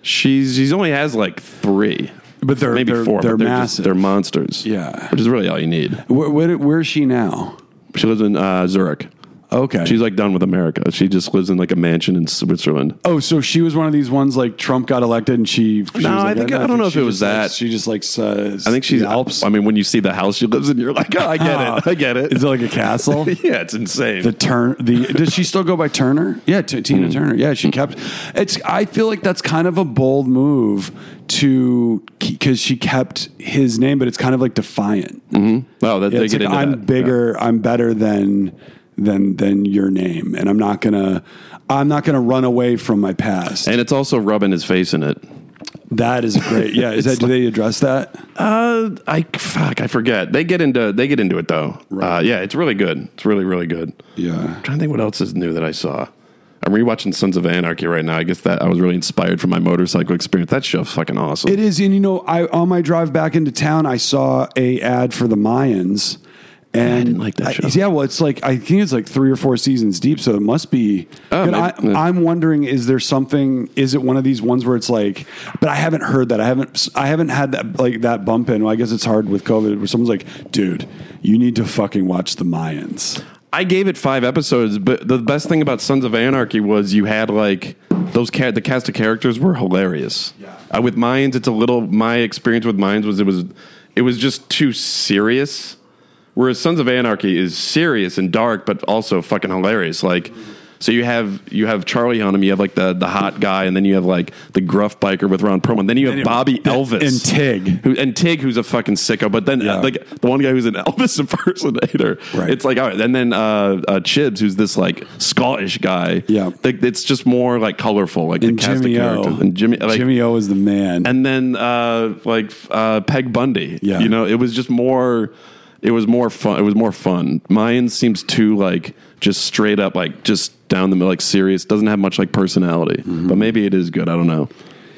S1: She's she's only has like three,
S2: But they're-
S1: maybe
S2: they're-
S1: 4
S2: they're
S1: but they're
S2: massive.
S1: they're monsters.
S2: Yeah.
S1: which is really all you need.
S2: Where, where, where is she now?
S1: She lives in uh, Zurich.
S2: Okay.
S1: She's like done with America. She just lives in like a mansion in Switzerland.
S2: oh, so she was one of these ones like Trump got elected and she. she
S1: No,
S2: was like,
S1: I think- I don't
S2: think
S1: know if
S2: she
S1: it
S2: just
S1: was
S2: likes-
S1: that.
S2: she just like says.
S1: I think she's
S2: the Alps.
S1: I mean, when you see the house she lives in, you're like, oh, I get it, I get it.
S2: Ah. Is it like a castle?
S1: yeah, it's insane.
S2: The turn the does she still go by Turner? Yeah, T- Tina
S1: Mm-hmm.
S2: Turner. Yeah, she kept. It's. I feel like that's kind of a bold move to because she kept his name, but it's kind of like defiant.
S1: oh, that, they
S2: it's
S1: get
S2: like
S1: into
S2: I'm
S1: that.
S2: bigger, I'm better than than than your name, and I'm not gonna I'm not gonna run away from my past.
S1: Yeah. And it's also rubbing his face in it.
S2: that is great. Yeah, is that do they address that?
S1: Uh, I fuck, I forget. They get into they get into it though. Uh, yeah, it's really good. It's really really good.
S2: Yeah.
S1: I'm trying to think what else is new that I saw. I'm rewatching Sons of Anarchy right now. I guess that I was really inspired from my motorcycle experience. That show's fucking awesome.
S2: It is, and you know, I on my drive back into town, I saw a ad for the Mayans, and I
S1: didn't like that show.
S2: yeah, well, it's like I think it's like three or four seasons deep, so it must be.
S1: Oh,
S2: but I,
S1: maybe- yeah.
S2: I'm wondering, is there something? Is it one of these ones where it's like? But I haven't heard that. I haven't. I haven't had that like that bump in. Well, I guess it's hard with COVID, where someone's like, "Dude, you need to fucking watch the Mayans."
S1: I gave it five episodes, but the best thing about Sons of Anarchy was you had like those ca- the cast of characters were hilarious.
S2: Yeah.
S1: Uh, with Mayans, it's a little. My experience with Mayans was it was it was just too serious. Whereas Sons of Anarchy is serious and dark, but also fucking hilarious. Like So you have you have Charlie Hunnam, you have like the the hot guy, and then you have like the gruff biker with Ron Perlman. Then you have
S2: And it-
S1: Bobby
S2: that-
S1: Elvis
S2: and Tig.
S1: who, and Tig, who's a fucking sicko. But then uh,
S2: Yeah.
S1: like the one guy who's an Elvis impersonator.
S2: Right.
S1: It's like all right, and then uh, uh, Chibs, who's this like Scottish guy.
S2: Yeah.
S1: like it's just more like colorful, like
S2: and
S1: the cast
S2: Jimmy
S1: of
S2: O.
S1: characters and Jimmy, like,
S2: Jimmy O is the man.
S1: and then uh, like f- uh, Peg Bundy.
S2: Yeah.
S1: you know, it was just more. It was more fun. It was more fun. Mayan seems too like just straight up like just down the middle, like serious. Doesn't have much like personality,
S2: Mm-hmm.
S1: but maybe it is good. I don't know.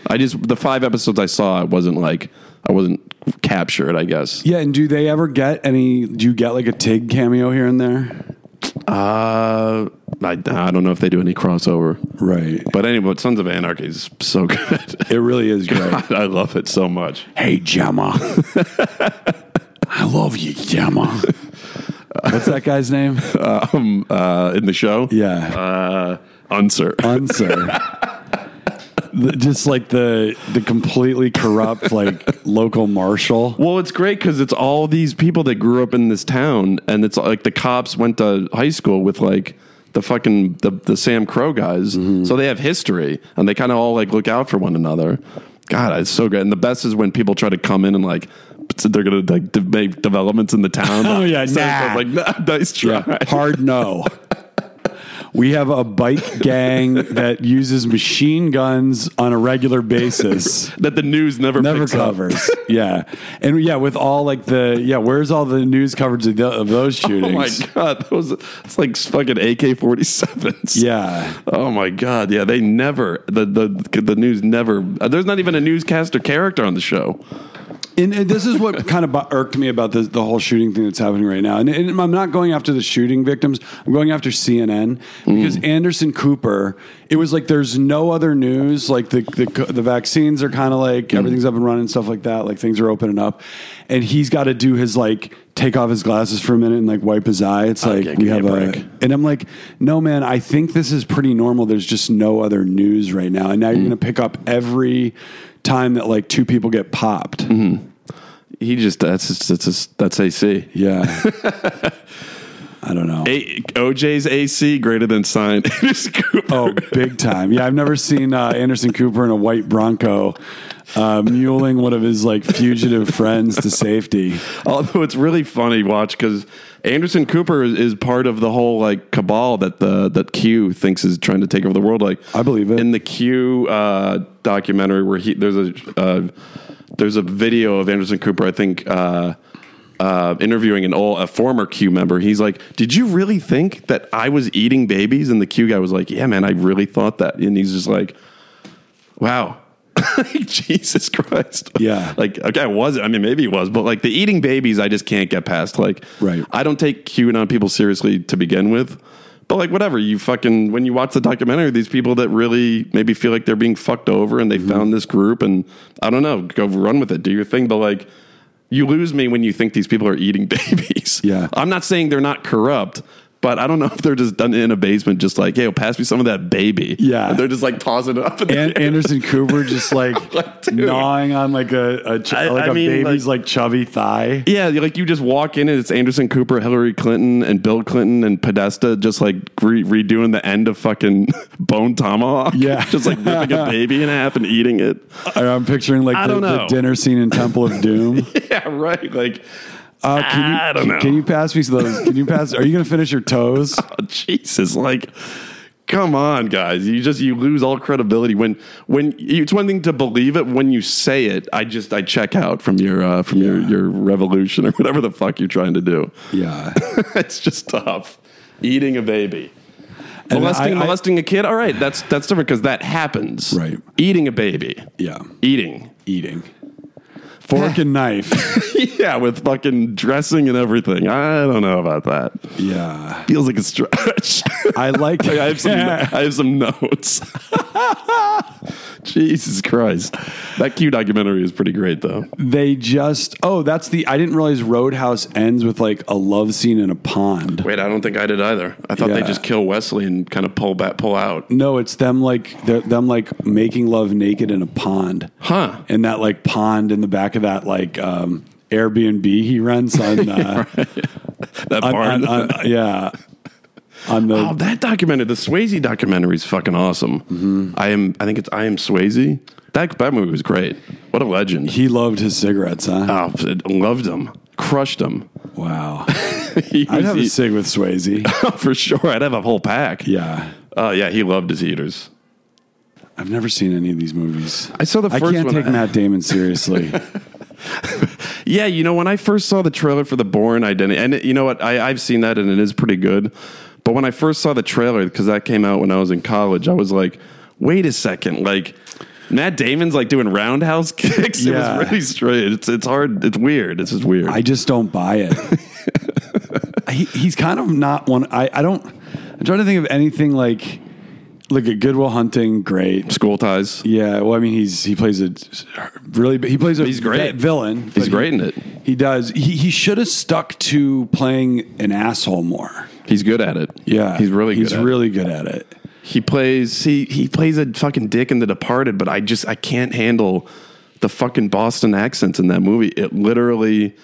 S1: I just the five episodes I saw, I wasn't like I wasn't captured. I guess.
S2: yeah, and do they ever get any? Do you get like a Tig cameo here and there?
S1: Uh, I I don't know if they do any crossover,
S2: Right.
S1: but anyway, Sons of Anarchy is so good.
S2: It really is great.
S1: I love it so much.
S2: Hey, Gemma. I love you, Gemma. What's that guy's name?
S1: Um, uh, in the show,
S2: Yeah.
S1: uh, Unser.
S2: Unser. The- Just like the the completely corrupt like local marshal.
S1: Well, it's great because it's all these people that grew up in this town, and it's like the cops went to high school with like the fucking the, the Sam Crow guys,
S2: Mm-hmm.
S1: so they have history, and they kind of all like look out for one another. God, it's so good. And the best is when people try to come in and like they're gonna like de- make developments in the town.
S2: Oh, yeah,
S1: so
S2: nah.
S1: it's like nah, nice try.
S2: Yeah. Hard no. We have a bike gang that uses machine guns on a regular basis.
S1: That the news never
S2: Never
S1: picks up.
S2: covers. yeah. And yeah, with all like the, yeah, where's all the news coverage of, tho- of those
S1: Oh my
S2: shootings?
S1: god, that was it's like fucking AK forty sevens.
S2: Yeah.
S1: Oh my god, yeah, they never the the the news never. uh, there's not even a newscaster character on the show.
S2: And, and this is what kind of bu- irked me about the, the whole shooting thing that's happening right now. And, and I'm not going after the shooting victims. I'm going after CNN because
S1: Mm.
S2: Anderson Cooper. It was like there's no other news. Like the the, co- the vaccines are kind of like
S1: Mm.
S2: everything's up and running, stuff like that. Like things are opening up, and he's got to do his like take off his glasses for a minute and like wipe his eye. It's like
S1: give
S2: we
S1: me a
S2: have a,
S1: break.
S2: and I'm like, no man, I think this is pretty normal. There's just no other news right now, and now
S1: Mm.
S2: you're gonna pick up every time that like two people get popped.
S1: Mm-hmm. He just that's just, that's just, that's AC.
S2: Yeah. I don't know.
S1: A, OJ's AC greater than sign. Just Cooper.
S2: Oh, big time. Yeah, I've never seen uh, Anderson Cooper in a white Bronco uh, muling one of his like fugitive friends to safety.
S1: Although it's really funny watch because Anderson Cooper is, is part of the whole like cabal that the that Q thinks is trying to take over the world. Like
S2: I believe it.
S1: in the Q uh, documentary where he there's a uh, there's a video of Anderson Cooper. I think. Uh, uh, interviewing an old, a former Q member, he's like, "Did you really think that I was eating babies?" And the Q guy was like, "Yeah, man, I really thought that." And he's just like, "Wow, Jesus Christ!"
S2: Yeah.
S1: like okay, I was. I mean, maybe it was, but like the eating babies, I just can't get past. Like,
S2: Right.
S1: I don't take QAnon people seriously to begin with. But like whatever you fucking when you watch the documentary, these people that really maybe feel like they're being fucked over and
S2: Mm-hmm.
S1: they found this group and I don't know, go run with it, do your thing. But like you lose me when you think these people are eating babies.
S2: Yeah.
S1: I'm not saying they're not corrupt, but I don't know if they're just done in a basement, just like, hey, pass me some of that baby.
S2: Yeah.
S1: And they're just like tossing it up. in the
S2: And
S1: air.
S2: Anderson Cooper just like,
S1: Like, dude.
S2: gnawing on like a, a ch-
S1: I-
S2: like
S1: I
S2: a
S1: mean,
S2: baby's like, chubby thigh.
S1: Yeah, you- like you just walk in and it's Anderson Cooper, Hillary Clinton, and Bill Clinton and Podesta just like re- redoing the end of fucking Bone Tomahawk.
S2: Yeah.
S1: just like ripping a baby in half and eating it.
S2: I- I'm picturing like
S1: I
S2: the,
S1: don't
S2: the
S1: know.
S2: dinner scene in Temple of Doom.
S1: Yeah, right. Like,
S2: Uh, can you,
S1: I don't know.
S2: Can you pass me those? Can you pass? Are you going to finish your toes?
S1: oh, Jesus, like. Come on, guys! You just you lose all credibility when when it's one thing to believe it when you say it. I just I check out from your uh, from your your revolution or whatever the fuck you're trying to do.
S2: Yeah.
S1: it's just tough. Eating a baby.
S2: And
S1: molesting,
S2: I- I-
S1: molesting a kid. All right, that's that's different because that happens.
S2: Right.
S1: Eating a baby.
S2: Yeah.
S1: Eating.
S2: Eating. Fork and knife.
S1: yeah, with fucking dressing and everything. I don't know about that.
S2: Yeah.
S1: Feels like a stretch.
S2: I like
S1: Oh, I have some. I have some notes. Jesus Christ, that Q documentary is pretty great though.
S2: they just oh that's the I didn't realize Roadhouse ends with like a love scene in a pond.
S1: Wait, I don't think I did either. I thought
S2: Yeah.
S1: they just kill Wesley and kind of pull back, pull out.
S2: No, it's them like they're, them like making love naked in a pond.
S1: Huh.
S2: And that like pond in the back of that like um Airbnb he rents on uh
S1: That
S2: on,
S1: barn.
S2: on- on- yeah. on the
S1: Oh, that documentary, the Swayze documentary is fucking awesome.
S2: Mm-hmm.
S1: I am, I think it's I am Swayze. That that movie was great. What a legend!
S2: he uh, loved his cigarettes, huh?
S1: Oh, loved him, crushed him.
S2: wow.
S1: He
S2: I'd
S1: was-
S2: have
S1: he-
S2: a cig with Swayze.
S1: for sure. I'd have a whole pack.
S2: Yeah.
S1: Oh yeah, he loved his heaters.
S2: I've never seen any of these movies.
S1: I saw the
S2: I
S1: first
S2: can't
S1: one.
S2: take Matt Damon seriously.
S1: Yeah, you know when I first saw the trailer for the Born Identity, and you know what, I, I've seen that and it is pretty good. But when I first saw the trailer, because that came out when I was in college, I was like, wait a second, like Matt Damon's like doing roundhouse kicks. It
S2: Yeah.
S1: was really strange. It's it's hard. It's weird. It's just weird.
S2: I just don't buy it. he, he's kind of not one. I, I don't. I'm trying to think of anything like look at Goodwill Hunting. Great.
S1: School ties.
S2: Yeah. Well, I mean, he's he plays a really he plays a
S1: He's great.
S2: vi- villain. but he-
S1: great in it.
S2: He does. He he should have stuck to playing an asshole more.
S1: He's good at it.
S2: Yeah.
S1: he's really good.
S2: He's
S1: at it.
S2: really good at it.
S1: He plays he he plays a fucking dick in The Departed, but I just I can't handle the fucking Boston accents in that movie. It literally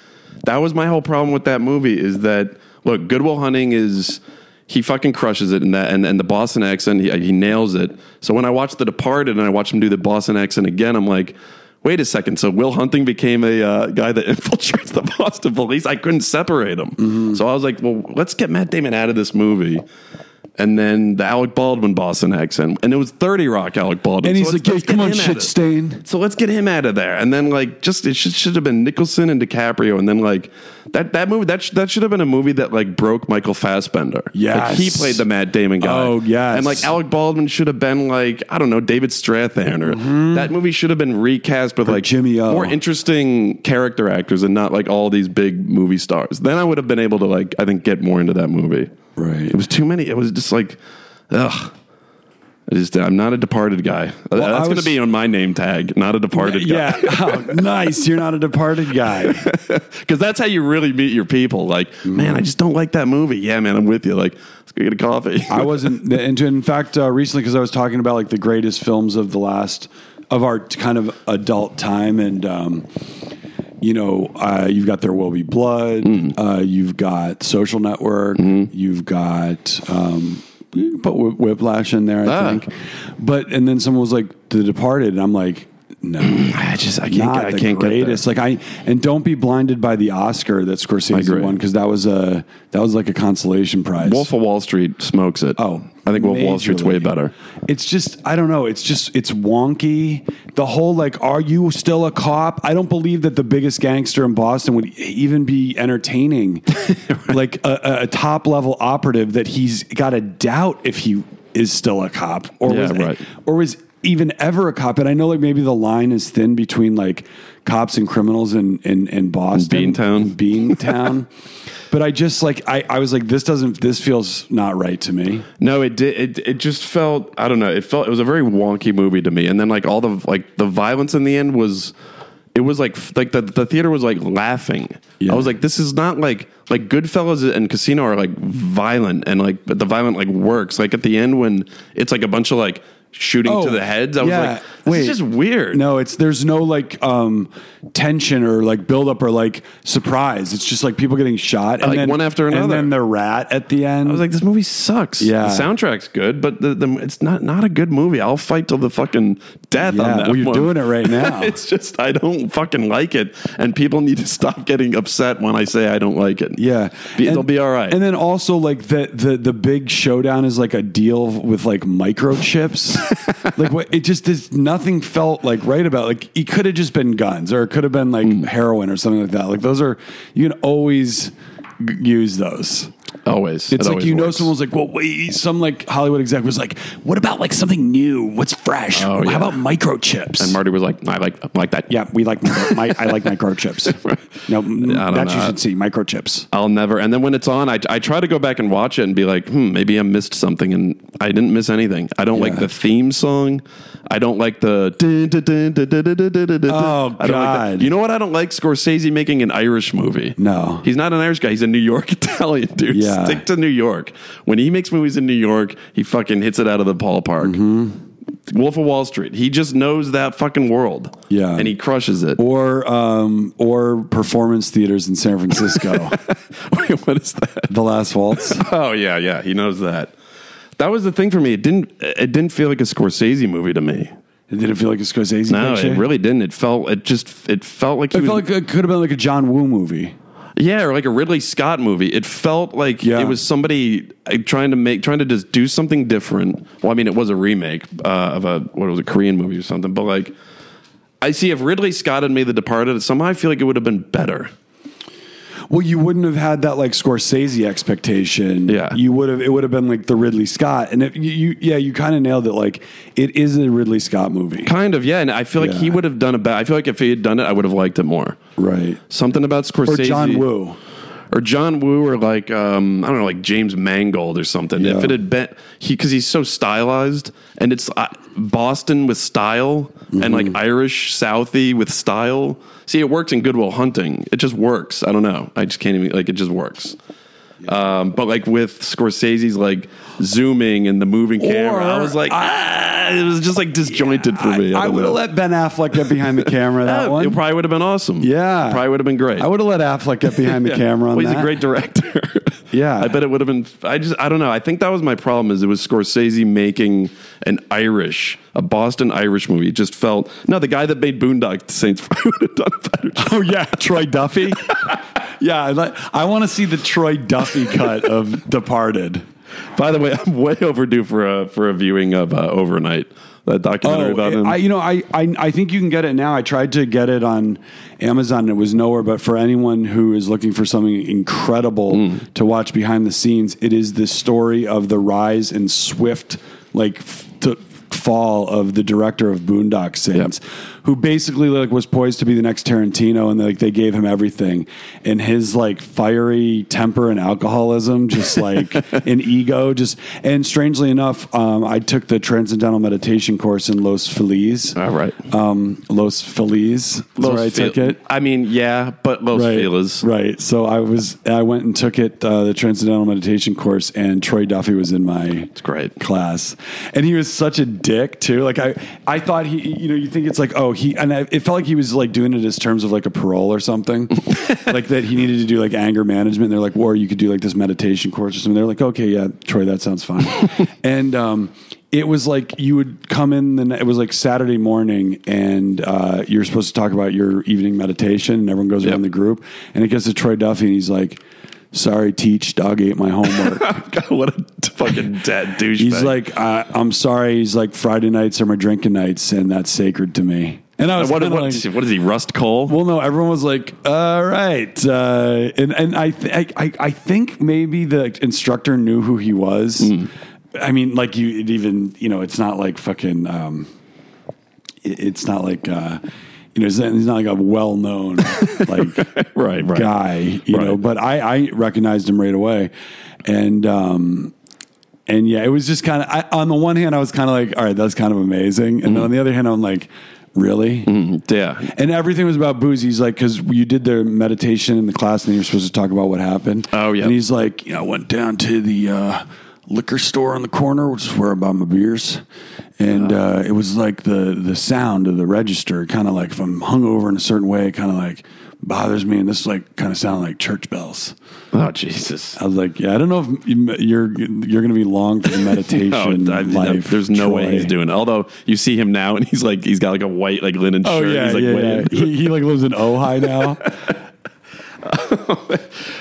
S1: that was my whole problem with that movie is that look, Goodwill Hunting is he fucking crushes it in that and, and the Boston accent he, he nails it. So when I watched The Departed and I watched him do the Boston accent again, I'm like Wait a second. So Will Hunting became a uh, guy that infiltrates the Boston police. I couldn't separate him. So I was like, well, let's get Matt Damon out of this movie and then the Alec Baldwin Boston accent, and it was Thirty Rock Alec Baldwin.
S2: And
S1: So
S2: he's
S1: let's-
S2: like, yeah,
S1: let's
S2: come
S1: get
S2: on,
S1: him out
S2: shit
S1: of-
S2: stain.
S1: So let's get him out of there, and then like just it should, should have been Nicholson and DiCaprio, and then like that that movie that sh- that should have been a movie that like broke Michael Fassbender.
S2: Yes.
S1: like, he played the Matt Damon guy.
S2: Oh, yes.
S1: and like Alec Baldwin should have been like I don't know David Strathairn or that movie should have been recast with like
S2: Mm-hmm. Jimmy O.
S1: more interesting character actors and not like all these big movie stars. Then I would have been able to like I think get more into that movie.
S2: Right.
S1: It was too many. It was just like, ugh. I just, I'm not a departed guy.
S2: I
S1: That's going to
S2: was-
S1: be on my name tag, not a departed
S2: Yeah.
S1: guy.
S2: Oh, nice. You're not a departed guy.
S1: Because that's how you really meet your people. Like,
S2: Mm-hmm.
S1: man, I just don't like that movie. Yeah, man, I'm with you. Like, let's go get a coffee.
S2: I wasn't, and in fact, uh, recently because I was talking about like the greatest films of the last of our t- kind of adult time, and um, you know, uh, you've got There Will Be Blood,
S1: Mm-hmm.
S2: uh, you've got Social Network, you've got. Um, you can put Wh- Whiplash in there, I
S1: Ah.
S2: think. But and then someone was like, "The Departed," and I'm like, "No."
S1: I just, I can't,
S2: not
S1: get, I
S2: the
S1: can't get
S2: greatest.
S1: there.
S2: Like I and don't be blinded by the Oscar that Scorsese
S1: agree.
S2: won because that was a that was like a consolation prize.
S1: Wolf of Wall Street smokes it.
S2: Oh,
S1: I think Wolf of Wall Street's way
S2: majorly.
S1: better.
S2: It's just I don't know. It's just it's wonky. The whole like, are you still a cop? I don't believe that the biggest gangster in Boston would even be entertaining, like a, a- a top level operative that he's got to doubt if he is still a cop or
S1: Yeah,
S2: was e
S1: right.
S2: or was even ever a cop. And I know like maybe the line is thin between like cops and criminals in in, in Boston,
S1: Beantown.
S2: Beantown. But I just like I, I was like this doesn't this feels not right to me.
S1: No, it did. It, it just felt. I don't know. It felt. It was a very wonky movie to me. And then like all the like the violence in the end was. It was like like the the theater was like laughing.
S2: Yeah.
S1: I was like, this is not like like Goodfellas and Casino are like violent and like but the violent like works. Like at the end when it's like a bunch of like shooting
S2: Oh,
S1: to the heads. I was
S2: yeah.
S1: like, this
S2: Wait.
S1: is just weird.
S2: No, it's there's no like um tension or like buildup or like surprise. It's just like people getting shot and
S1: Like,
S2: then
S1: one after
S2: and
S1: another.
S2: then the rat at the end.
S1: I was like, this movie sucks.
S2: Yeah.
S1: the soundtrack's good, but the, the it's not not a good movie. I'll fight till the fucking death on
S2: yeah,
S1: that.
S2: well, you're
S1: one.
S2: doing it right now.
S1: it's just I don't fucking like it, and people need to stop getting upset when I say I don't like it.
S2: yeah,
S1: Be-
S2: And-
S1: they'll be all right.
S2: And then also like the the the big showdown is like a deal with like microchips. like what it just is nothing felt like right about like it could have just been guns or it could have been like
S1: Mm.
S2: heroin or something like that. Like those are you can always g- use those.
S1: always,
S2: It's like you know someone's like, well, wait, some like Hollywood exec was like, what about like something new? What's fresh?
S1: Oh,
S2: How
S1: yeah.
S2: about microchips?
S1: And Marty was like, I like I like that.
S2: yeah, we like micro- my, I like microchips. No, m-
S1: I don't
S2: that you
S1: know.
S2: should see microchips.
S1: I'll never. And then when it's on, I, I try to go back and watch it and be like, hmm, maybe I missed something. And I didn't miss anything. I don't like
S2: Yeah.
S1: the theme song. I don't like the. dun, dun, dun, dun, dun, dun, dun, dun, dun.
S2: Oh,
S1: I don't like that.
S2: God.
S1: you know what? I don't like Scorsese making an Irish movie.
S2: No.
S1: He's not an Irish guy. He's a New York Italian dude.
S2: Yeah.
S1: Stick to New York. When he makes movies in New York, he fucking hits it out of the ballpark. Wolf of Wall Street. He just knows that fucking world.
S2: Mm-hmm. Yeah.
S1: And he crushes it.
S2: or um, or performance theaters in San Francisco.
S1: Wait, what is that?
S2: the Last Waltz.
S1: Oh yeah, yeah. He knows that. That was the thing for me. It didn't it didn't feel like a Scorsese movie to me.
S2: It didn't feel like a Scorsese.
S1: No,
S2: picture?
S1: it really didn't. It felt it just it felt like he
S2: It
S1: was
S2: felt like it could have been like a John Woo movie.
S1: Yeah, or like a Ridley Scott movie. It felt like
S2: Yeah.
S1: it was somebody uh, trying to make, trying to just do something different. Well, I mean, it was a remake uh, of a what was a Korean movie or something. But like, I see if Ridley Scott had made The Departed, somehow I feel like it would have been better.
S2: Well, you wouldn't have had that like Scorsese expectation.
S1: Yeah.
S2: you would have. It would have been like the Ridley Scott, and if you, you yeah, you kind of nailed it. Like it is a Ridley Scott movie,
S1: Kind of, yeah. And I feel like he
S2: Yeah.
S1: would have done a better. I feel like if he had done it, I would have liked it more.
S2: right?
S1: Something about Scorsese
S2: Or John Woo.
S1: or John Woo or like um, I don't know, like James Mangold or something.
S2: Yeah.
S1: If it had been he, because he's so stylized, and it's uh, Boston with style and like
S2: Mm-hmm.
S1: Irish Southie with style. See, it works in Goodwill Hunting. It just works. I don't know. I just can't even like it just works. Um, but like with Scorsese's like zooming and the moving camera, I
S2: Or-
S1: was like, ah, it was just like disjointed for me.
S2: I,
S1: don't
S2: would
S1: know.
S2: have let Ben Affleck get behind the camera that
S1: Yeah,
S2: one.
S1: It probably would have been awesome.
S2: Yeah.
S1: probably would have been great.
S2: I would have let Affleck get behind the
S1: Yeah.
S2: camera. On
S1: well, he's
S2: that.
S1: a great director.
S2: Yeah.
S1: I bet it would have been. I just, I don't know. I think that was my problem. Is it was Scorsese making an Irish, a Boston Irish movie. It just felt no. The guy that made Boondock Saints probably would have done a better. Job.
S2: Oh yeah, Troy Duffy. yeah, I, like, I want to see the Troy Duffy cut of Departed.
S1: By the way, I'm way overdue for a for a viewing of uh, Overnight, that documentary about him.
S2: Oh, I, you know, I, I I think you can get it now. I tried to get it on Amazon. and It was nowhere. But for anyone who is looking for something incredible
S1: Mm.
S2: to watch behind the scenes, it is the story of the rise and swift like f- to fall of the director of Boondock Saints, who basically like was poised to be the next Tarantino, and like they gave him everything, and his like fiery temper and alcoholism, just like an ego, just and strangely enough, um, I took the transcendental meditation course in Los Feliz,
S1: All right,
S2: um, Los Feliz, is where I took it.
S1: I mean, yeah, but Los
S2: Right,
S1: Feliz.
S2: right. So I was, I went and took it, uh, the transcendental meditation course, and Troy Duffy was in my
S1: It's great.
S2: class and he was such a dick too like i i thought he you know you think it's like oh he and I, it felt like he was like doing it as terms of like a parole or something like that he needed to do like anger management they're like or you could do like this meditation course or something they're like okay yeah troy that sounds fine and um it was like you would come in the ne- it was like saturday morning and uh, you're supposed to talk about your evening meditation and everyone goes around the group and it gets to troy duffy and he's like sorry teach dog ate my homework
S1: God, what a fucking dead douchebag.
S2: He's like, uh, I'm sorry. He's like, Friday nights are my drinking nights, and that's sacred to me. And I was
S1: what,
S2: kinda
S1: what,
S2: like,
S1: what is he? Rust Cole?
S2: well, no, everyone was like, all right. Uh, and and I, th- I, I, I think maybe the instructor knew who he was.
S1: Mm.
S2: I mean, like, you, it even, you know, it's not like fucking, um, it- it's not like, uh, you know, he's not- he's not like a well known, like,
S1: right, right.
S2: guy, you know,
S1: Right.
S2: but I, I recognized him right away. And, um, and yeah, it was just kind of, on the one hand, I was kind of like, all right, that's kind of amazing. And
S1: Mm-hmm.
S2: then on the other hand, I'm like, really?
S1: Yeah.
S2: And everything was about booze. He's like, because you did the meditation in the class and then you're supposed to talk about what happened.
S1: Oh, yeah.
S2: And he's like, you know, I went down to the uh, liquor store on the corner, which is where I buy my beers. And uh, it was like the, the sound of the register, kind of like if I'm hungover in a certain way, kind of like bothers me. And this like kind of sounded like church bells.
S1: Oh Jesus.
S2: I was like, yeah, I don't know if you- you're you're going to be long for the meditation
S1: Oh, I- I-
S2: life.
S1: there's no way
S2: Troy.
S1: he's doing. It. Although you see him now, and he's like he's got like a white like linen
S2: Oh
S1: shirt.
S2: yeah,
S1: he's like
S2: yeah, yeah.
S1: waiting.
S2: He, he like lives in Ojai now.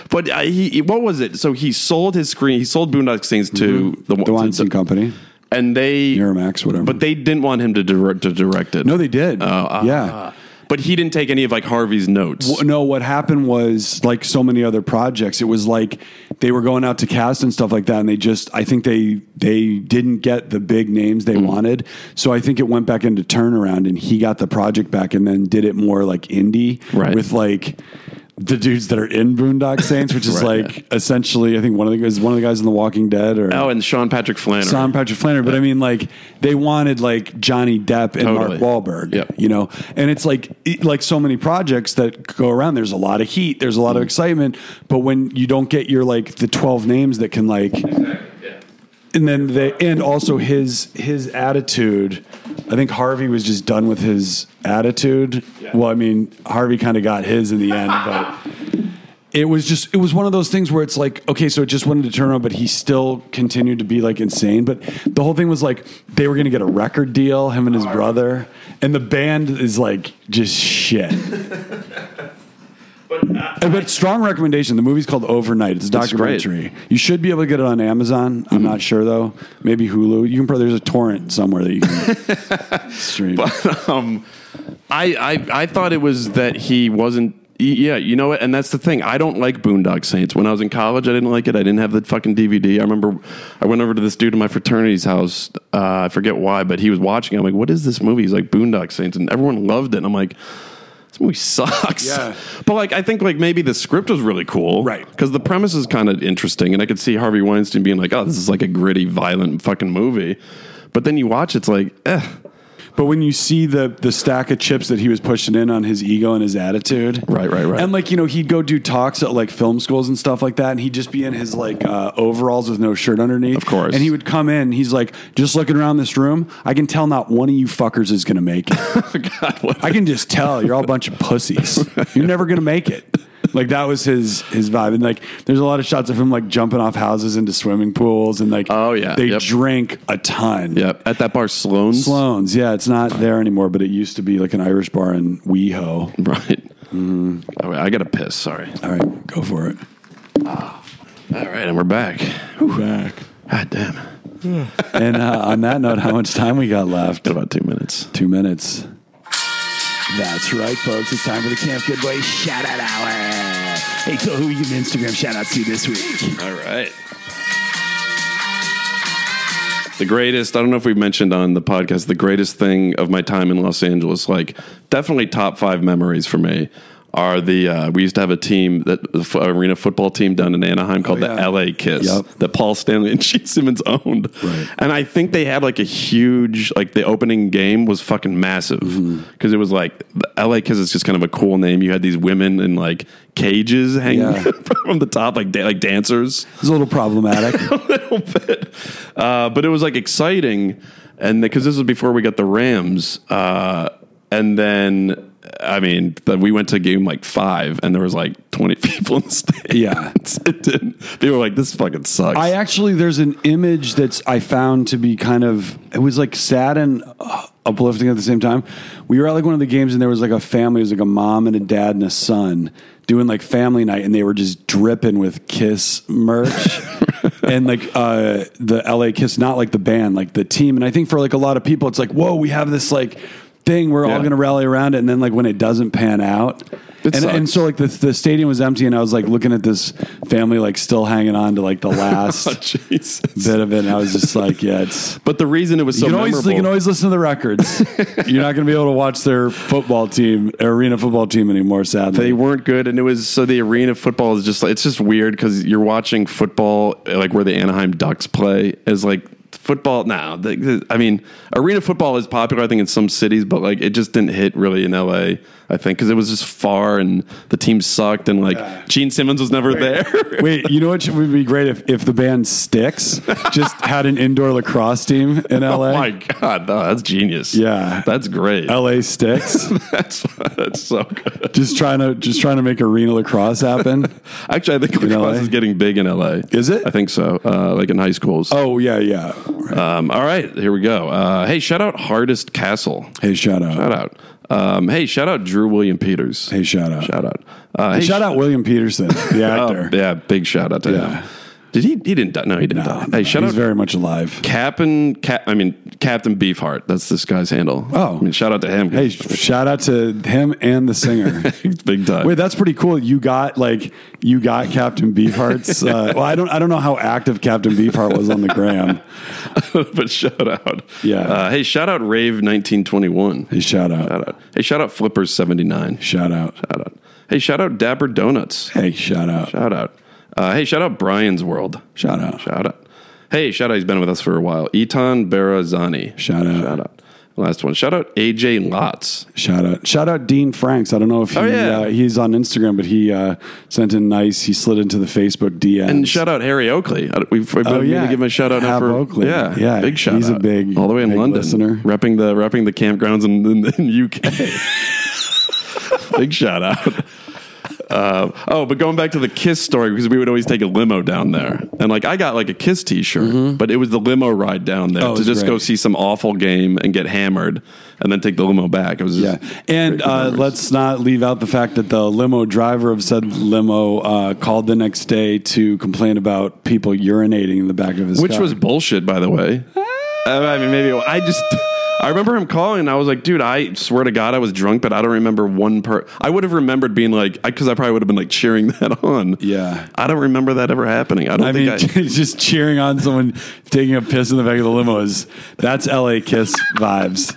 S1: But uh, he, what was it? So he sold his screen. He sold Boondock Saints to the,
S2: Mm-hmm. the
S1: to-
S2: Weinstein Company,
S1: and they
S2: Miramax, whatever.
S1: But they didn't want him to direct to direct it.
S2: no, they did. Oh, yeah.
S1: Ah. But he didn't take any of like Harvey's notes.
S2: Well, no, what happened was like so many other projects. It was like they were going out to cast and stuff like that, and they just I think they they didn't get the big names
S1: Mm.
S2: they wanted. So I think it went back into turnaround, and he got the project back, and then did it more like indie
S1: Right.
S2: with like. The dudes that are in Boondock Saints, which is
S1: Right,
S2: like essentially, I think one of the guys, one of the guys in The Walking Dead, or
S1: Oh, and Sean Patrick Flannery.
S2: Tom Patrick Flannery, but I mean, like they wanted like Johnny Depp and
S1: Totally.
S2: Mark Wahlberg,
S1: Yep.
S2: you know. And it's like it- like so many projects that go around. There's a lot of heat. There's a lot of
S1: Mm-hmm.
S2: excitement, but when you don't get your like the twelve names that can like, and then they and also his his attitude I think Harvey was just done with his attitude. Well, I mean, Harvey kind of got his in the end, but it was just it was one of those things where it's like, okay, so it just wanted to turn on, but he still continued to be like insane. But the whole thing was like they were gonna get a record deal, him and his brother, and the band is like just shit. Uh, But strong recommendation. The movie's called Overnight. It's a
S1: That's great. Mm-hmm.
S2: documentary. You should be able to get it on Amazon. I'm not sure though. Maybe Hulu. You can probably there's a torrent somewhere that you can stream.
S1: um, I, I I thought it was that he wasn't. Yeah, you know what? And that's the thing. I don't like Boondock Saints. When I was in college, I didn't like it. I didn't have the fucking DVD. I remember I went over to this dude in my fraternity's house. Uh, I forget why, but he was watching. it. I'm like, what is this movie? He's like, Boondock Saints. And everyone loved it. And I'm like, this movie sucks.
S2: Yeah.
S1: But like, I think like maybe the script was really cool.
S2: Right.
S1: Because the premise is kind of interesting. And I could see Harvey Weinstein being like, oh, this is like a gritty, violent fucking movie. But then you watch, it's like, eh.
S2: But when you see the the stack of chips that he was pushing in on his ego and his attitude,
S1: Right, right, right.
S2: and like you know he'd go do talks at like film schools and stuff like that, and he'd just be in his like uh, overalls with no shirt underneath,
S1: Of course.
S2: And he would come in, he's like, just looking around this room, I can tell not one of you fuckers is gonna make it.
S1: God, what
S2: I can just tell you're all a bunch of pussies. You're never gonna make it. Like that was his his vibe, and like there's a lot of shots of him like jumping off houses into swimming pools, and like
S1: Oh, yeah.
S2: they
S1: Yep.
S2: drink a ton,
S1: Yeah, at that bar, Sloan's.
S2: Sloan's, yeah, it's not there anymore, but it used to be like an Irish bar in WeHo.
S1: Right. All right, I got to piss. Sorry.
S2: All right, go for it.
S1: All right, and we're back.
S2: Back.
S1: God damn.
S2: And uh, on that note, how much time we got left?
S1: Got about two minutes.
S2: Two minutes. That's right, folks. It's time for the Camp Good Boy Shout Out Hour. Hey, Phil, who are you giving Instagram shout outs to this week?
S1: All right. The greatest, I don't know if we've mentioned on the podcast, the greatest thing of my time in Los Angeles, like definitely top five memories for me are the, uh, we used to have a team, that the f- arena football team down in Anaheim called
S2: Oh, yeah.
S1: the LA Kiss
S2: Yep.
S1: that Paul Stanley and Gene Simmons owned.
S2: Right.
S1: And I think they had like a huge, like the opening game was fucking massive because
S2: Mm-hmm.
S1: it was like the LA Kiss is just kind of a cool name. You had these women in like cages hanging
S2: Yeah.
S1: from the top, like da- like dancers
S2: It's a little problematic.
S1: a little bit. Uh, but it was like exciting, and because this was before we got the Rams, uh, and then I mean, the, we went to game like five, and there was like twenty people in the stands.
S2: Yeah.
S1: it didn't. People were like, "This fucking sucks."
S2: I actually there's an image that's I found to be kind of it was like sad and uh, uplifting at the same time. We were at like one of the games and there was like a family, it was like a mom and a dad and a son doing like family night and they were just dripping with Kiss merch. And like uh, the LA Kiss, not like the band, like the team. And I think for like a lot of people, it's like, whoa, we have this like thing. We're all
S1: Yeah.
S2: going to rally around it. And then like when it doesn't pan out,
S1: It
S2: and, and
S1: sucks.
S2: so like the the stadium was empty, and I was like looking at this family like still hanging on to like the
S1: Oh,
S2: last
S1: Jesus.
S2: bit of it, and I was just like, yeah, it's.
S1: But the reason it was so
S2: You can, always,
S1: memorable,
S2: you can always listen to the records. You're not going to be able to watch their football team, arena football team anymore, sadly.
S1: they weren't good, and it was so the arena football is just like it's just weird because you're watching football uh, like where the Anaheim Ducks play is like football now. I mean, arena football is popular, I think, in some cities, but like it just didn't hit really in LA. I think because it was just far and the team sucked, and like Gene Simmons was never there.
S2: Wait, you know what would be great if, if the band Sticks just had an indoor lacrosse team in LA?
S1: Oh my god, no, that's genius.
S2: Yeah.
S1: that's great.
S2: LA Sticks,
S1: that's that's so good.
S2: just trying to just trying to make arena lacrosse happen.
S1: Actually, I think lacrosse
S2: LA?
S1: is getting big in LA.
S2: Is it?
S1: I think so. Uh, like in high schools.
S2: Oh yeah, yeah.
S1: Um, all right, here we go. Uh, hey, shout out Hardest Castle.
S2: Hey, shout out.
S1: Shout out. Um, hey, shout out Drew William Peters.
S2: Hey, shout out.
S1: shout out. Uh, hey,
S2: shout out William Peterson, the
S1: oh,
S2: actor.
S1: yeah, big shout out to
S2: Yeah.
S1: him. Did he? He didn't. die. No, he didn't. die. Hey, shout
S2: He's
S1: out
S2: very much alive.
S1: Captain. Cap, I mean Captain Beefheart. That's this guy's handle.
S2: Oh.
S1: I mean, shout out to him.
S2: Hey, sh- shout out to him and the singer.
S1: big time.
S2: Wait, that's pretty cool. You got like you got Captain Beefheart's. Uh, well, I don't I don't know how active Captain Beefheart was on the gram.
S1: but shout out.
S2: Yeah.
S1: Uh, hey, shout out Rave nineteen twenty one.
S2: Hey, shout out,
S1: Shout out. Hey, shout out Flippers seventy nine.
S2: shout out.
S1: Shout out. Hey, shout out Dapper Donuts.
S2: Hey, shout out,
S1: Shout out. Uh, hey, shout out Brian's World.
S2: shout out.
S1: Shout out. Hey, shout out. He's been with us for a while. Etan Barazani.
S2: Shout out.
S1: Shout out. Last one. Shout out AJ Lots.
S2: Shout out, shout out Dean Franks. I don't know if he,
S1: Oh, yeah.
S2: uh, he's on Instagram, but he uh, sent in nice. He slid into the Facebook DMs.
S1: And shout out Harry Oakley. I- We've, we've
S2: Oh,
S1: been meaning
S2: yeah.
S1: to give him a shout out now
S2: Hab
S1: for
S2: Oakley.
S1: Yeah,
S2: Yeah,
S1: big shout
S2: he's a
S1: out.
S2: big-
S1: all the way in
S2: big
S1: London,
S2: listener.
S1: repping the repping the campgrounds in, in, in UK. big shout out. Uh, oh, but going back to the Kiss story because we would always take a limo down there, and like I got like a Kiss T-shirt, but it was the limo ride down there
S2: Mm-hmm. Oh,
S1: to
S2: it's
S1: just go
S2: great.
S1: see some awful game and get hammered, and then take the limo back. It was
S2: Yeah,
S1: just
S2: and
S1: great
S2: uh,
S1: memories.
S2: let's not leave out the fact that the limo driver of said limo uh, called the next day to complain about people urinating in the back of his
S1: which
S2: car.
S1: was bullshit, by the way. Uh, I mean, maybe I just. I remember him calling, and I was like, "Dude, I swear to God, I was drunk, but I don't remember one per." I would have remembered being like, because I, probably would have been like cheering that on.
S2: Yeah.
S1: I don't remember that ever happening. I don't
S2: I mean,
S1: think
S2: just cheering on someone taking a piss in the back of the limo is that's LA Kiss vibes.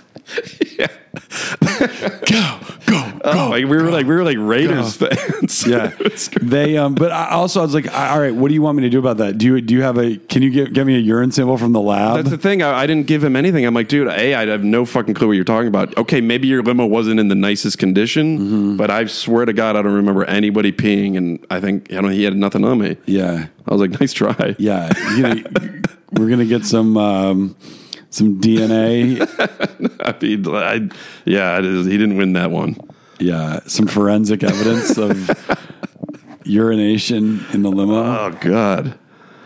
S2: go, go,
S1: I. Oh,
S2: go.
S1: like we were like we were like Raiders fans.
S2: Yeah,
S1: It was great.
S2: they. Um, but I also, I was like, all right, what do you want me to do about that? Do you do you have a? Can you get get me a urine sample from the lab?
S1: That's the thing. I, I didn't give him anything. I'm like, dude, a, I have no fucking clue what you're talking about. Okay, maybe your limo wasn't in the nicest condition,
S2: Mm-hmm.
S1: but I swear to God, I don't remember anybody peeing, and I think I don't. know, He had nothing on me.
S2: yeah,
S1: I was like, nice try.
S2: yeah. You know, we're gonna get some um, some DNA.
S1: I mean, I, yeah, it is, he didn't win that one.
S2: Yeah, some forensic evidence of urination in the limo.
S1: Oh God.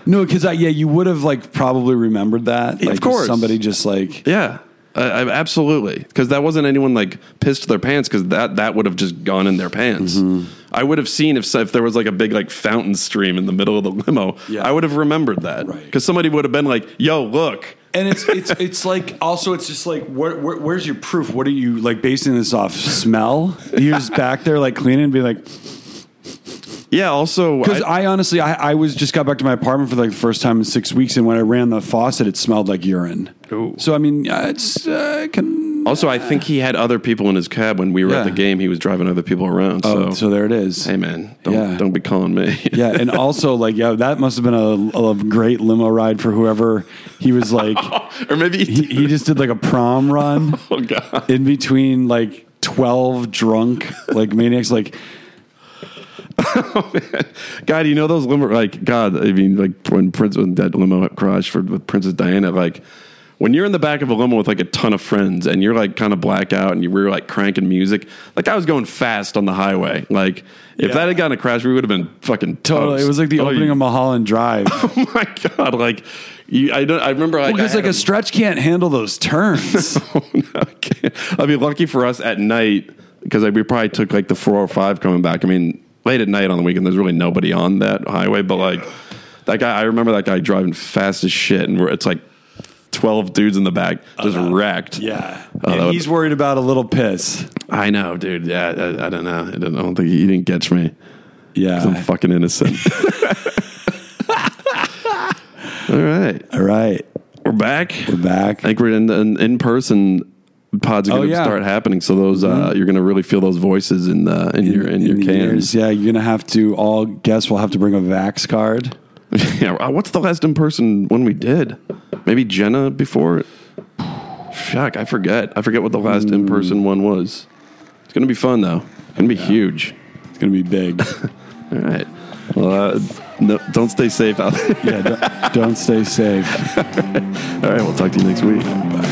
S2: no, because yeah, you would have like probably remembered that. Like, if
S1: course.
S2: somebody just like
S1: Yeah, I, I, absolutely. Because that wasn't anyone like pissed their pants. Because that that would have just gone in their pants.
S2: Mm-hmm.
S1: I would have seen if if there was like a big like fountain stream in the middle of the limo.
S2: Yeah.
S1: I would have remembered that.
S2: Right.
S1: Because somebody would have been like, "Yo, look."
S2: And it's it's it's like also it's just like where, where, where's your proof? What are you like basing this off smell? You're just back there like cleaning and be like
S1: Yeah. Also,
S2: because I, honestly I, I was just got back to my apartment for like the first time in six weeks and when I ran the faucet it smelled like urine.
S1: Ooh.
S2: So I mean uh, it's uh, can
S1: also I think he had other people in his cab when we were at
S2: Yeah.
S1: the game. He was driving other people around. So,
S2: oh, so there it is.
S1: hey, man, don't
S2: Yeah.
S1: don't be calling me.
S2: Yeah, and also like yeah, that must have been a, a great limo ride for whoever he was like.
S1: or maybe
S2: he, he just did like a prom run
S1: Oh God.
S2: in between like twelve drunk like maniacs. Like
S1: God, you know those limo, like God. I mean, like when Prince when that limo crash for with Princess Diana, like when you're in the back of a limo with like a ton of friends and you're like kind of blackout and you were like cranking music, like I was going fast on the highway. Like if that had gotten a crash, we would have been fucking
S2: totally,
S1: toast.
S2: it was like the
S1: Oh,
S2: opening
S1: you-
S2: of Mulholland Drive.
S1: Oh my God! Like you, I don't. I remember. Like,
S2: Because
S1: I
S2: like
S1: had
S2: a stretch can't handle those turns.
S1: no, I can't. I mean, lucky for us at night because like, we probably took like the four or five coming back. I mean, late at night on the weekend, there's really nobody on that highway. But like that guy, I remember that guy driving fast as shit, and we're, it's like twelve dudes in the back just wrecked.
S2: yeah,
S1: Oh, that
S2: and
S1: would-
S2: he's worried about a little piss.
S1: I know, dude. Yeah, I, I don't know. I don't, I don't think he didn't catch me. I'm
S2: Yeah.
S1: fucking innocent. All right,
S2: All right,
S1: we're back.
S2: we're back.
S1: I think we're in in, in person. Pods are
S2: Oh,
S1: going to
S2: yeah. Mm-hmm.
S1: start happening, so those uh, you're going to really feel those voices in the in, your in, your
S2: the
S1: cans.
S2: ears. Yeah, you're gonna have to all guess. We'll have to bring a vax card.
S1: yeah, uh, what's the last in person one we did? Maybe Jenna before it. Fuck, I forget. I forget what the last
S2: Mm.
S1: in person one was. It's going to be fun though. It's going to be huge.
S2: It's gonna be big.
S1: All right. Well, uh, no, don't stay safe out there.
S2: yeah, don't, don't stay safe.
S1: All right, we'll talk to you next week.
S2: Bye.